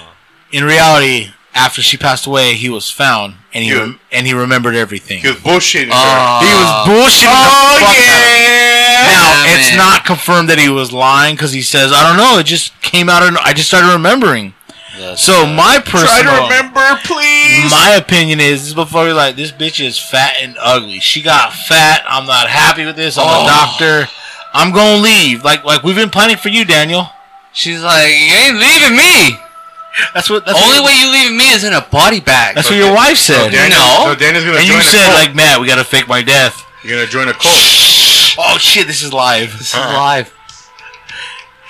Speaker 1: In reality, after she passed away, he was found, and he
Speaker 4: Yeah.
Speaker 1: rem- and he remembered everything.
Speaker 4: He was bullshitting her.
Speaker 3: uh, oh,
Speaker 1: He was bullshitting. the fuck out of her. Now
Speaker 3: Yeah,
Speaker 1: it's
Speaker 3: man.
Speaker 1: not confirmed that he was lying because he says, "I don't know. It just came out, and I just started remembering." so my
Speaker 4: Try
Speaker 1: personal,
Speaker 4: to remember, please.
Speaker 1: my opinion is this motherfucker like this bitch is fat and ugly. She got fat. I'm not happy with this. I'm
Speaker 3: Oh.
Speaker 1: a doctor. I'm gonna leave. Like like we've been planning for you, Daniel.
Speaker 3: She's like, you ain't leaving me.
Speaker 1: That's what. That's
Speaker 3: Only
Speaker 1: what,
Speaker 3: way you leaving me is in a body bag.
Speaker 1: That's what your wife said.
Speaker 4: Daniel,
Speaker 3: No.
Speaker 4: So Daniel's gonna
Speaker 1: and
Speaker 4: join
Speaker 1: you
Speaker 4: a
Speaker 1: said
Speaker 4: cult.
Speaker 1: like, Matt, we gotta fake my death.
Speaker 4: you're gonna join a cult.
Speaker 1: Oh shit, this is live.
Speaker 3: This is live.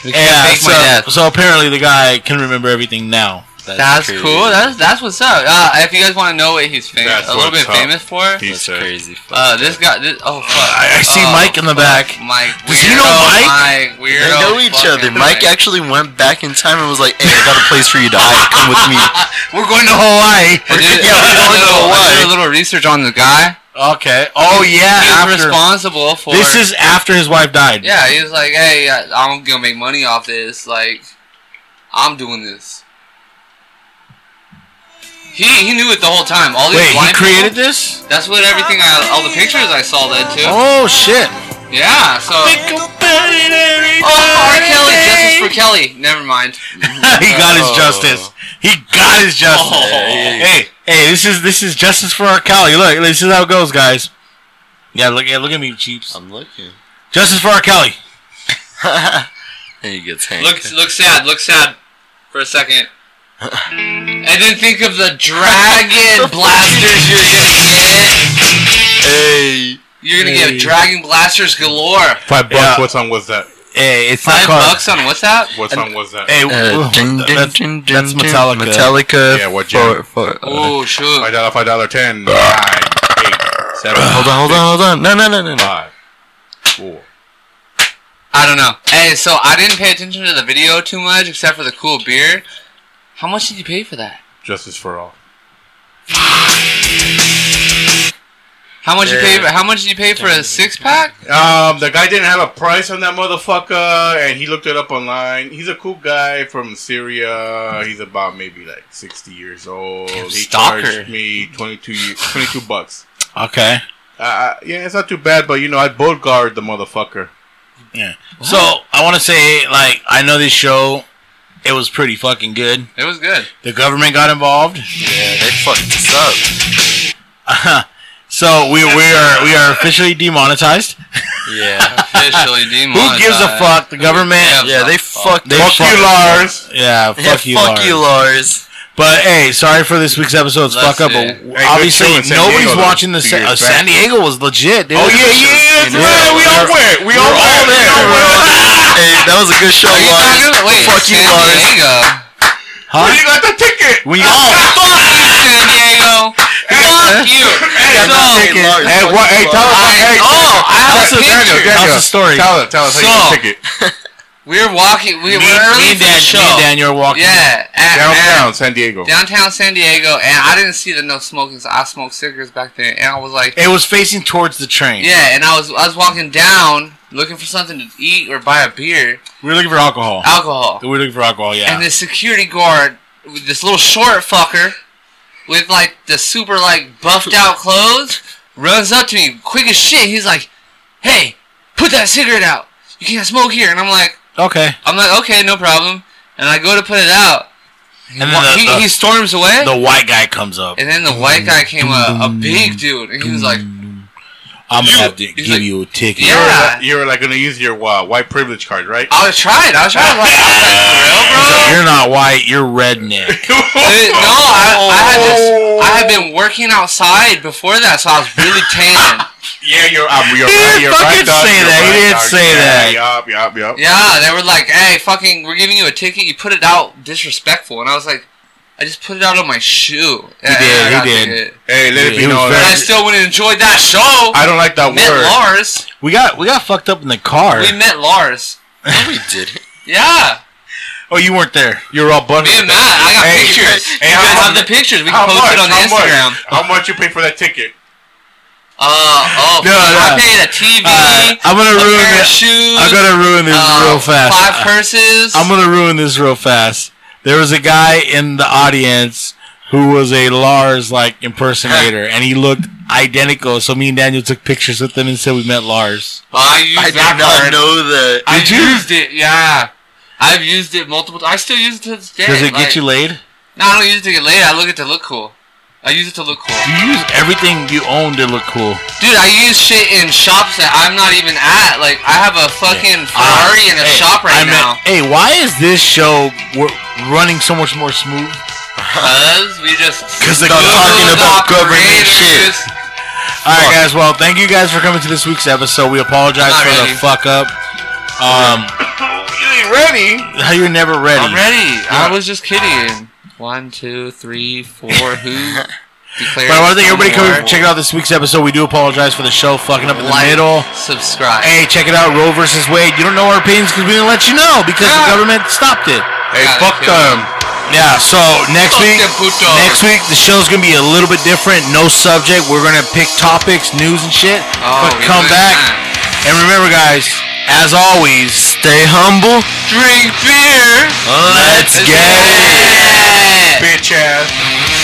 Speaker 3: We
Speaker 1: Uh-huh.
Speaker 3: can't
Speaker 1: Yeah.
Speaker 3: fake
Speaker 1: So,
Speaker 3: my death.
Speaker 1: so apparently the guy can remember everything now.
Speaker 3: That's
Speaker 2: crazy.
Speaker 3: cool. That's that's what's up. Uh, if you guys want to know what he's famous,
Speaker 4: That's
Speaker 3: a little
Speaker 4: what's
Speaker 3: bit
Speaker 4: up.
Speaker 3: famous for,
Speaker 4: He
Speaker 2: That's
Speaker 4: said.
Speaker 2: crazy.
Speaker 3: uh, this guy. This, oh fuck!
Speaker 1: I- I see
Speaker 3: Oh,
Speaker 1: Mike in the
Speaker 3: fuck.
Speaker 1: back.
Speaker 3: Mike, weirdo,
Speaker 1: Does he know Mike?
Speaker 3: Mike, weirdo.
Speaker 2: They know each
Speaker 3: fucking
Speaker 2: other. Mike
Speaker 3: Mike.
Speaker 2: actually went back in time and was like, "Hey, I got a place for you to hide. Come with me."
Speaker 1: We're going to Hawaii.
Speaker 3: I did,
Speaker 2: Yeah,
Speaker 3: I
Speaker 2: we
Speaker 3: did a
Speaker 2: don't know
Speaker 3: little, I did
Speaker 2: why.
Speaker 3: a little research on the guy.
Speaker 1: okay. Oh yeah.
Speaker 3: He was
Speaker 1: After,
Speaker 3: responsible for.
Speaker 1: this is after his wife died.
Speaker 3: Yeah, he was like, "Hey, I, I'm gonna make money off this. Like, I'm doing this." He he knew it the whole time. All these
Speaker 1: Wait, he
Speaker 3: blind people-
Speaker 1: created this?
Speaker 3: That's what everything I all the pictures I saw led to.
Speaker 1: Oh shit.
Speaker 3: Yeah, so. Oh, R. Kelly, justice for Kelly. Never mind.
Speaker 1: he got his justice. He got his justice.
Speaker 3: Oh.
Speaker 1: Hey, hey, this is this is justice for our Cali. Look, this is how it goes, guys. Yeah, look, yeah, look at me, Cheeps.
Speaker 2: I'm looking.
Speaker 1: Justice for our Cali.
Speaker 2: and he gets hanged.
Speaker 3: Look, look sad. Look sad for a second. And then think of the dragon blasters you're gonna get.
Speaker 2: hey.
Speaker 3: You're gonna get dragon blasters galore.
Speaker 4: Five bucks.
Speaker 1: Yeah.
Speaker 4: What song was that?
Speaker 1: Hey, it's
Speaker 3: Five
Speaker 1: not called.
Speaker 3: bucks on what's that?
Speaker 4: What song was that?
Speaker 1: Hey,
Speaker 2: Uh,
Speaker 1: wh-
Speaker 2: dun, dun,
Speaker 1: that's,
Speaker 2: dun,
Speaker 1: that's
Speaker 2: dun, dun.
Speaker 1: Metallica.
Speaker 2: Metallica.
Speaker 4: Yeah, what
Speaker 2: for,
Speaker 4: jam?
Speaker 2: for, uh,
Speaker 3: Oh shoot!
Speaker 4: Five dollar, five dollar, ten, nine, eight, seven.
Speaker 2: Hold on, hold on, hold on. No, no, no, no, no.
Speaker 4: Five, four.
Speaker 3: I don't know. Hey, so I didn't pay attention to the video too much, except for the cool beard. How much did you pay for that?
Speaker 4: Justice for all.
Speaker 3: How much you
Speaker 2: Yeah.
Speaker 3: pay? For, how much did you pay for a six pack?
Speaker 4: Um, the guy didn't have a price on that motherfucker, and he looked it up online. He's a cool guy from Syria. He's about maybe like sixty years old. he
Speaker 3: stalker.
Speaker 4: charged me 22, ye- 22 bucks.
Speaker 1: okay.
Speaker 4: Uh, yeah, it's not too bad, but you know, I bolt guard the motherfucker.
Speaker 1: Yeah. So I want to say, like, I know this show. It was pretty fucking good.
Speaker 3: It was good.
Speaker 1: The government got involved.
Speaker 2: Yeah, they fucked us up.
Speaker 1: So we, we are we are officially demonetized.
Speaker 2: Yeah.
Speaker 3: Officially
Speaker 1: Who
Speaker 3: demonetized.
Speaker 1: gives a fuck? The government.
Speaker 3: Yeah.
Speaker 2: Yeah, they fucked
Speaker 1: They
Speaker 2: us
Speaker 1: fuck
Speaker 2: up.
Speaker 1: you,
Speaker 4: Lars.
Speaker 1: Yeah,
Speaker 2: Yeah,
Speaker 1: fuck you,
Speaker 2: fuck
Speaker 1: Lars.
Speaker 2: you, Lars.
Speaker 1: But hey, sorry for this week's episode's
Speaker 3: Let's
Speaker 1: fuck up.
Speaker 3: see.
Speaker 1: But
Speaker 3: Hey,
Speaker 1: w-
Speaker 4: good
Speaker 1: obviously,
Speaker 4: show in San
Speaker 1: nobody's
Speaker 4: Diego, though,
Speaker 1: watching the
Speaker 4: two
Speaker 1: San,
Speaker 4: years
Speaker 1: uh,
Speaker 4: back.
Speaker 1: San Diego was legit, dude.
Speaker 4: Oh yeah, yeah, that's right. We all went. We all went. We all went.
Speaker 2: Hey, that was a good show,
Speaker 3: Are you talking
Speaker 2: Lars.
Speaker 3: about- Wait,
Speaker 2: fuck you,
Speaker 3: San
Speaker 2: Lars.
Speaker 3: Diego.
Speaker 4: Where you
Speaker 1: Huh?
Speaker 4: got the ticket?
Speaker 1: When you oh,
Speaker 3: San Diego. Fuck you. So,
Speaker 2: Hey, Lars,
Speaker 4: Hey,
Speaker 2: fuck
Speaker 4: what?
Speaker 2: you,
Speaker 4: Hey, tell
Speaker 2: Lars.
Speaker 4: us. Hey,
Speaker 3: oh, I
Speaker 4: tell us,
Speaker 3: have a
Speaker 4: Daniel,
Speaker 1: Tell
Speaker 3: picture.
Speaker 1: us
Speaker 4: Daniel,
Speaker 1: the story.
Speaker 4: Tell us. Tell us how you
Speaker 3: So-
Speaker 4: got the ticket.
Speaker 3: We were walking. We were
Speaker 1: me, me
Speaker 3: early
Speaker 1: and
Speaker 3: for the
Speaker 1: Dan, me and
Speaker 3: show.
Speaker 1: Daniel were walking.
Speaker 3: Yeah, at,
Speaker 4: Downtown San Diego.
Speaker 3: at- downtown San Diego, and I didn't see the no smoking. So I smoked cigarettes back then, and I was like,
Speaker 1: It was facing towards the train.
Speaker 3: yeah, and I was I was walking down looking for something to eat or buy a beer,
Speaker 1: We were looking for alcohol.
Speaker 3: alcohol.
Speaker 1: we were looking for alcohol, yeah.
Speaker 3: And this security guard, with this little short fucker, with like the super like buffed out clothes, runs up to me quick as shit. He's like, "Hey, put that cigarette out. You can't smoke here." And I'm like,
Speaker 1: okay.
Speaker 3: "I'm like, okay, no problem." And I go to put it out.
Speaker 1: And then
Speaker 3: Wa-
Speaker 1: the,
Speaker 3: he,
Speaker 1: the,
Speaker 3: he storms away,
Speaker 1: the white guy comes up.
Speaker 3: and then the white guy came a, a big dude, and he was like,
Speaker 1: I'm going
Speaker 3: you-
Speaker 1: to have to
Speaker 3: he's
Speaker 1: give
Speaker 3: like-
Speaker 1: you a ticket.
Speaker 3: Yeah.
Speaker 4: You were, like- you were like gonna use your uh, white privilege card, right?
Speaker 3: "I was trying, I was trying." Like, I was like, "For real, bro?"
Speaker 1: He's like, You're not white, you're redneck.
Speaker 3: Dude, no, I, I had just I had been working outside before that, so I was really tan.
Speaker 4: yeah, you're. Um, you're
Speaker 1: He
Speaker 4: right.
Speaker 1: didn't
Speaker 4: You're
Speaker 1: fucking
Speaker 4: right, dog.
Speaker 1: say
Speaker 4: you're
Speaker 1: that. He
Speaker 4: right,
Speaker 1: didn't
Speaker 4: dog.
Speaker 1: say that.
Speaker 4: yeah, Yup, yup, yup.
Speaker 3: yeah, they were like, "Hey, fucking, we're giving you a ticket. You put it out disrespectful," and I was like, "I just put it out on my shoe." Yeah,
Speaker 1: did,
Speaker 3: and I
Speaker 1: he
Speaker 3: got
Speaker 1: did.
Speaker 3: ticket.
Speaker 4: Hey, let
Speaker 1: Dude,
Speaker 4: it
Speaker 1: he
Speaker 4: be
Speaker 1: was
Speaker 4: known.
Speaker 3: But I
Speaker 1: very-
Speaker 4: that-
Speaker 3: still wouldn't enjoy that show.
Speaker 4: I don't like that
Speaker 3: met
Speaker 4: word.
Speaker 3: Lars.
Speaker 1: We got we got fucked up in the car.
Speaker 3: We met Lars.
Speaker 2: No, we did.
Speaker 3: Yeah,
Speaker 1: Oh, you weren't there.
Speaker 4: You're all bundled.
Speaker 3: me and
Speaker 4: with
Speaker 3: Matt.
Speaker 4: that.
Speaker 3: I got
Speaker 4: Hey,
Speaker 3: pictures.
Speaker 4: hey,
Speaker 3: you
Speaker 4: how
Speaker 3: guys
Speaker 4: much-
Speaker 3: have the pictures. We can
Speaker 4: How
Speaker 3: post
Speaker 4: much?
Speaker 3: it on
Speaker 4: how
Speaker 3: Instagram.
Speaker 4: Much? How much you pay for that ticket?
Speaker 3: Uh, oh,
Speaker 1: No, no.
Speaker 3: I paid a TV,
Speaker 1: Uh, I'm gonna
Speaker 3: a
Speaker 1: ruin
Speaker 3: pair of
Speaker 1: it.
Speaker 3: shoes,
Speaker 1: I'm gonna ruin this
Speaker 3: uh,
Speaker 1: real fast.
Speaker 3: five purses.
Speaker 1: I'm gonna ruin this real fast. There was a guy in the audience who was a Lars like impersonator, and he looked identical. So me and Daniel took pictures with him and said we met Lars.
Speaker 3: Well, Uh, I used
Speaker 2: I did
Speaker 3: that
Speaker 2: not
Speaker 3: card.
Speaker 2: know that.
Speaker 3: I used it. Yeah, I've used it multiple. times. I still use it to this day.
Speaker 1: Does it
Speaker 3: like-
Speaker 1: get you laid?
Speaker 3: No, I don't use it to get laid. I look at it to look cool. I use it to look cool,
Speaker 1: You use everything you own to look cool.
Speaker 3: dude. I use shit in shops that I'm not even at. Like I have a fucking Ferrari in a
Speaker 1: Ah, Hey,
Speaker 3: shop right
Speaker 1: I mean-
Speaker 3: now
Speaker 1: Hey, why is this show wor- running so much more smooth?
Speaker 3: because we just
Speaker 1: 'Cause the
Speaker 3: Googled
Speaker 2: talking about government
Speaker 3: operators.
Speaker 2: shit.
Speaker 1: All right, guys. Well, thank you guys for coming to this week's episode. We apologize
Speaker 3: Not
Speaker 1: for
Speaker 3: ready.
Speaker 1: the fuck up. Um,
Speaker 4: You ain't ready.
Speaker 1: you're never ready.
Speaker 3: I'm ready. I was just kidding. One, two, three, four. Who
Speaker 1: But
Speaker 3: declares?
Speaker 1: I want to thank
Speaker 3: no
Speaker 1: everybody coming
Speaker 3: more?
Speaker 1: checking out this week's episode. We do apologize for the show fucking up in the
Speaker 3: Like,
Speaker 1: middle.
Speaker 3: Subscribe.
Speaker 1: Hey, check it out, Roe versus Wade. You don't know our opinions because we didn't let you know because the
Speaker 3: Yeah.
Speaker 1: government stopped it.
Speaker 4: Hey,
Speaker 3: Gotta
Speaker 4: fuck
Speaker 3: kill
Speaker 4: them.
Speaker 1: Yeah. So next
Speaker 3: Fuck
Speaker 1: week,
Speaker 3: them putos.
Speaker 1: next week the show's gonna be a little bit different. No subject. We're gonna pick topics, news, and shit.
Speaker 3: Oh,
Speaker 1: but
Speaker 3: we
Speaker 1: come
Speaker 3: like
Speaker 1: back
Speaker 3: that.
Speaker 1: and remember, guys. As always,
Speaker 2: Stay humble.
Speaker 3: drink beer.
Speaker 2: Let's get it.
Speaker 4: Bitch ass.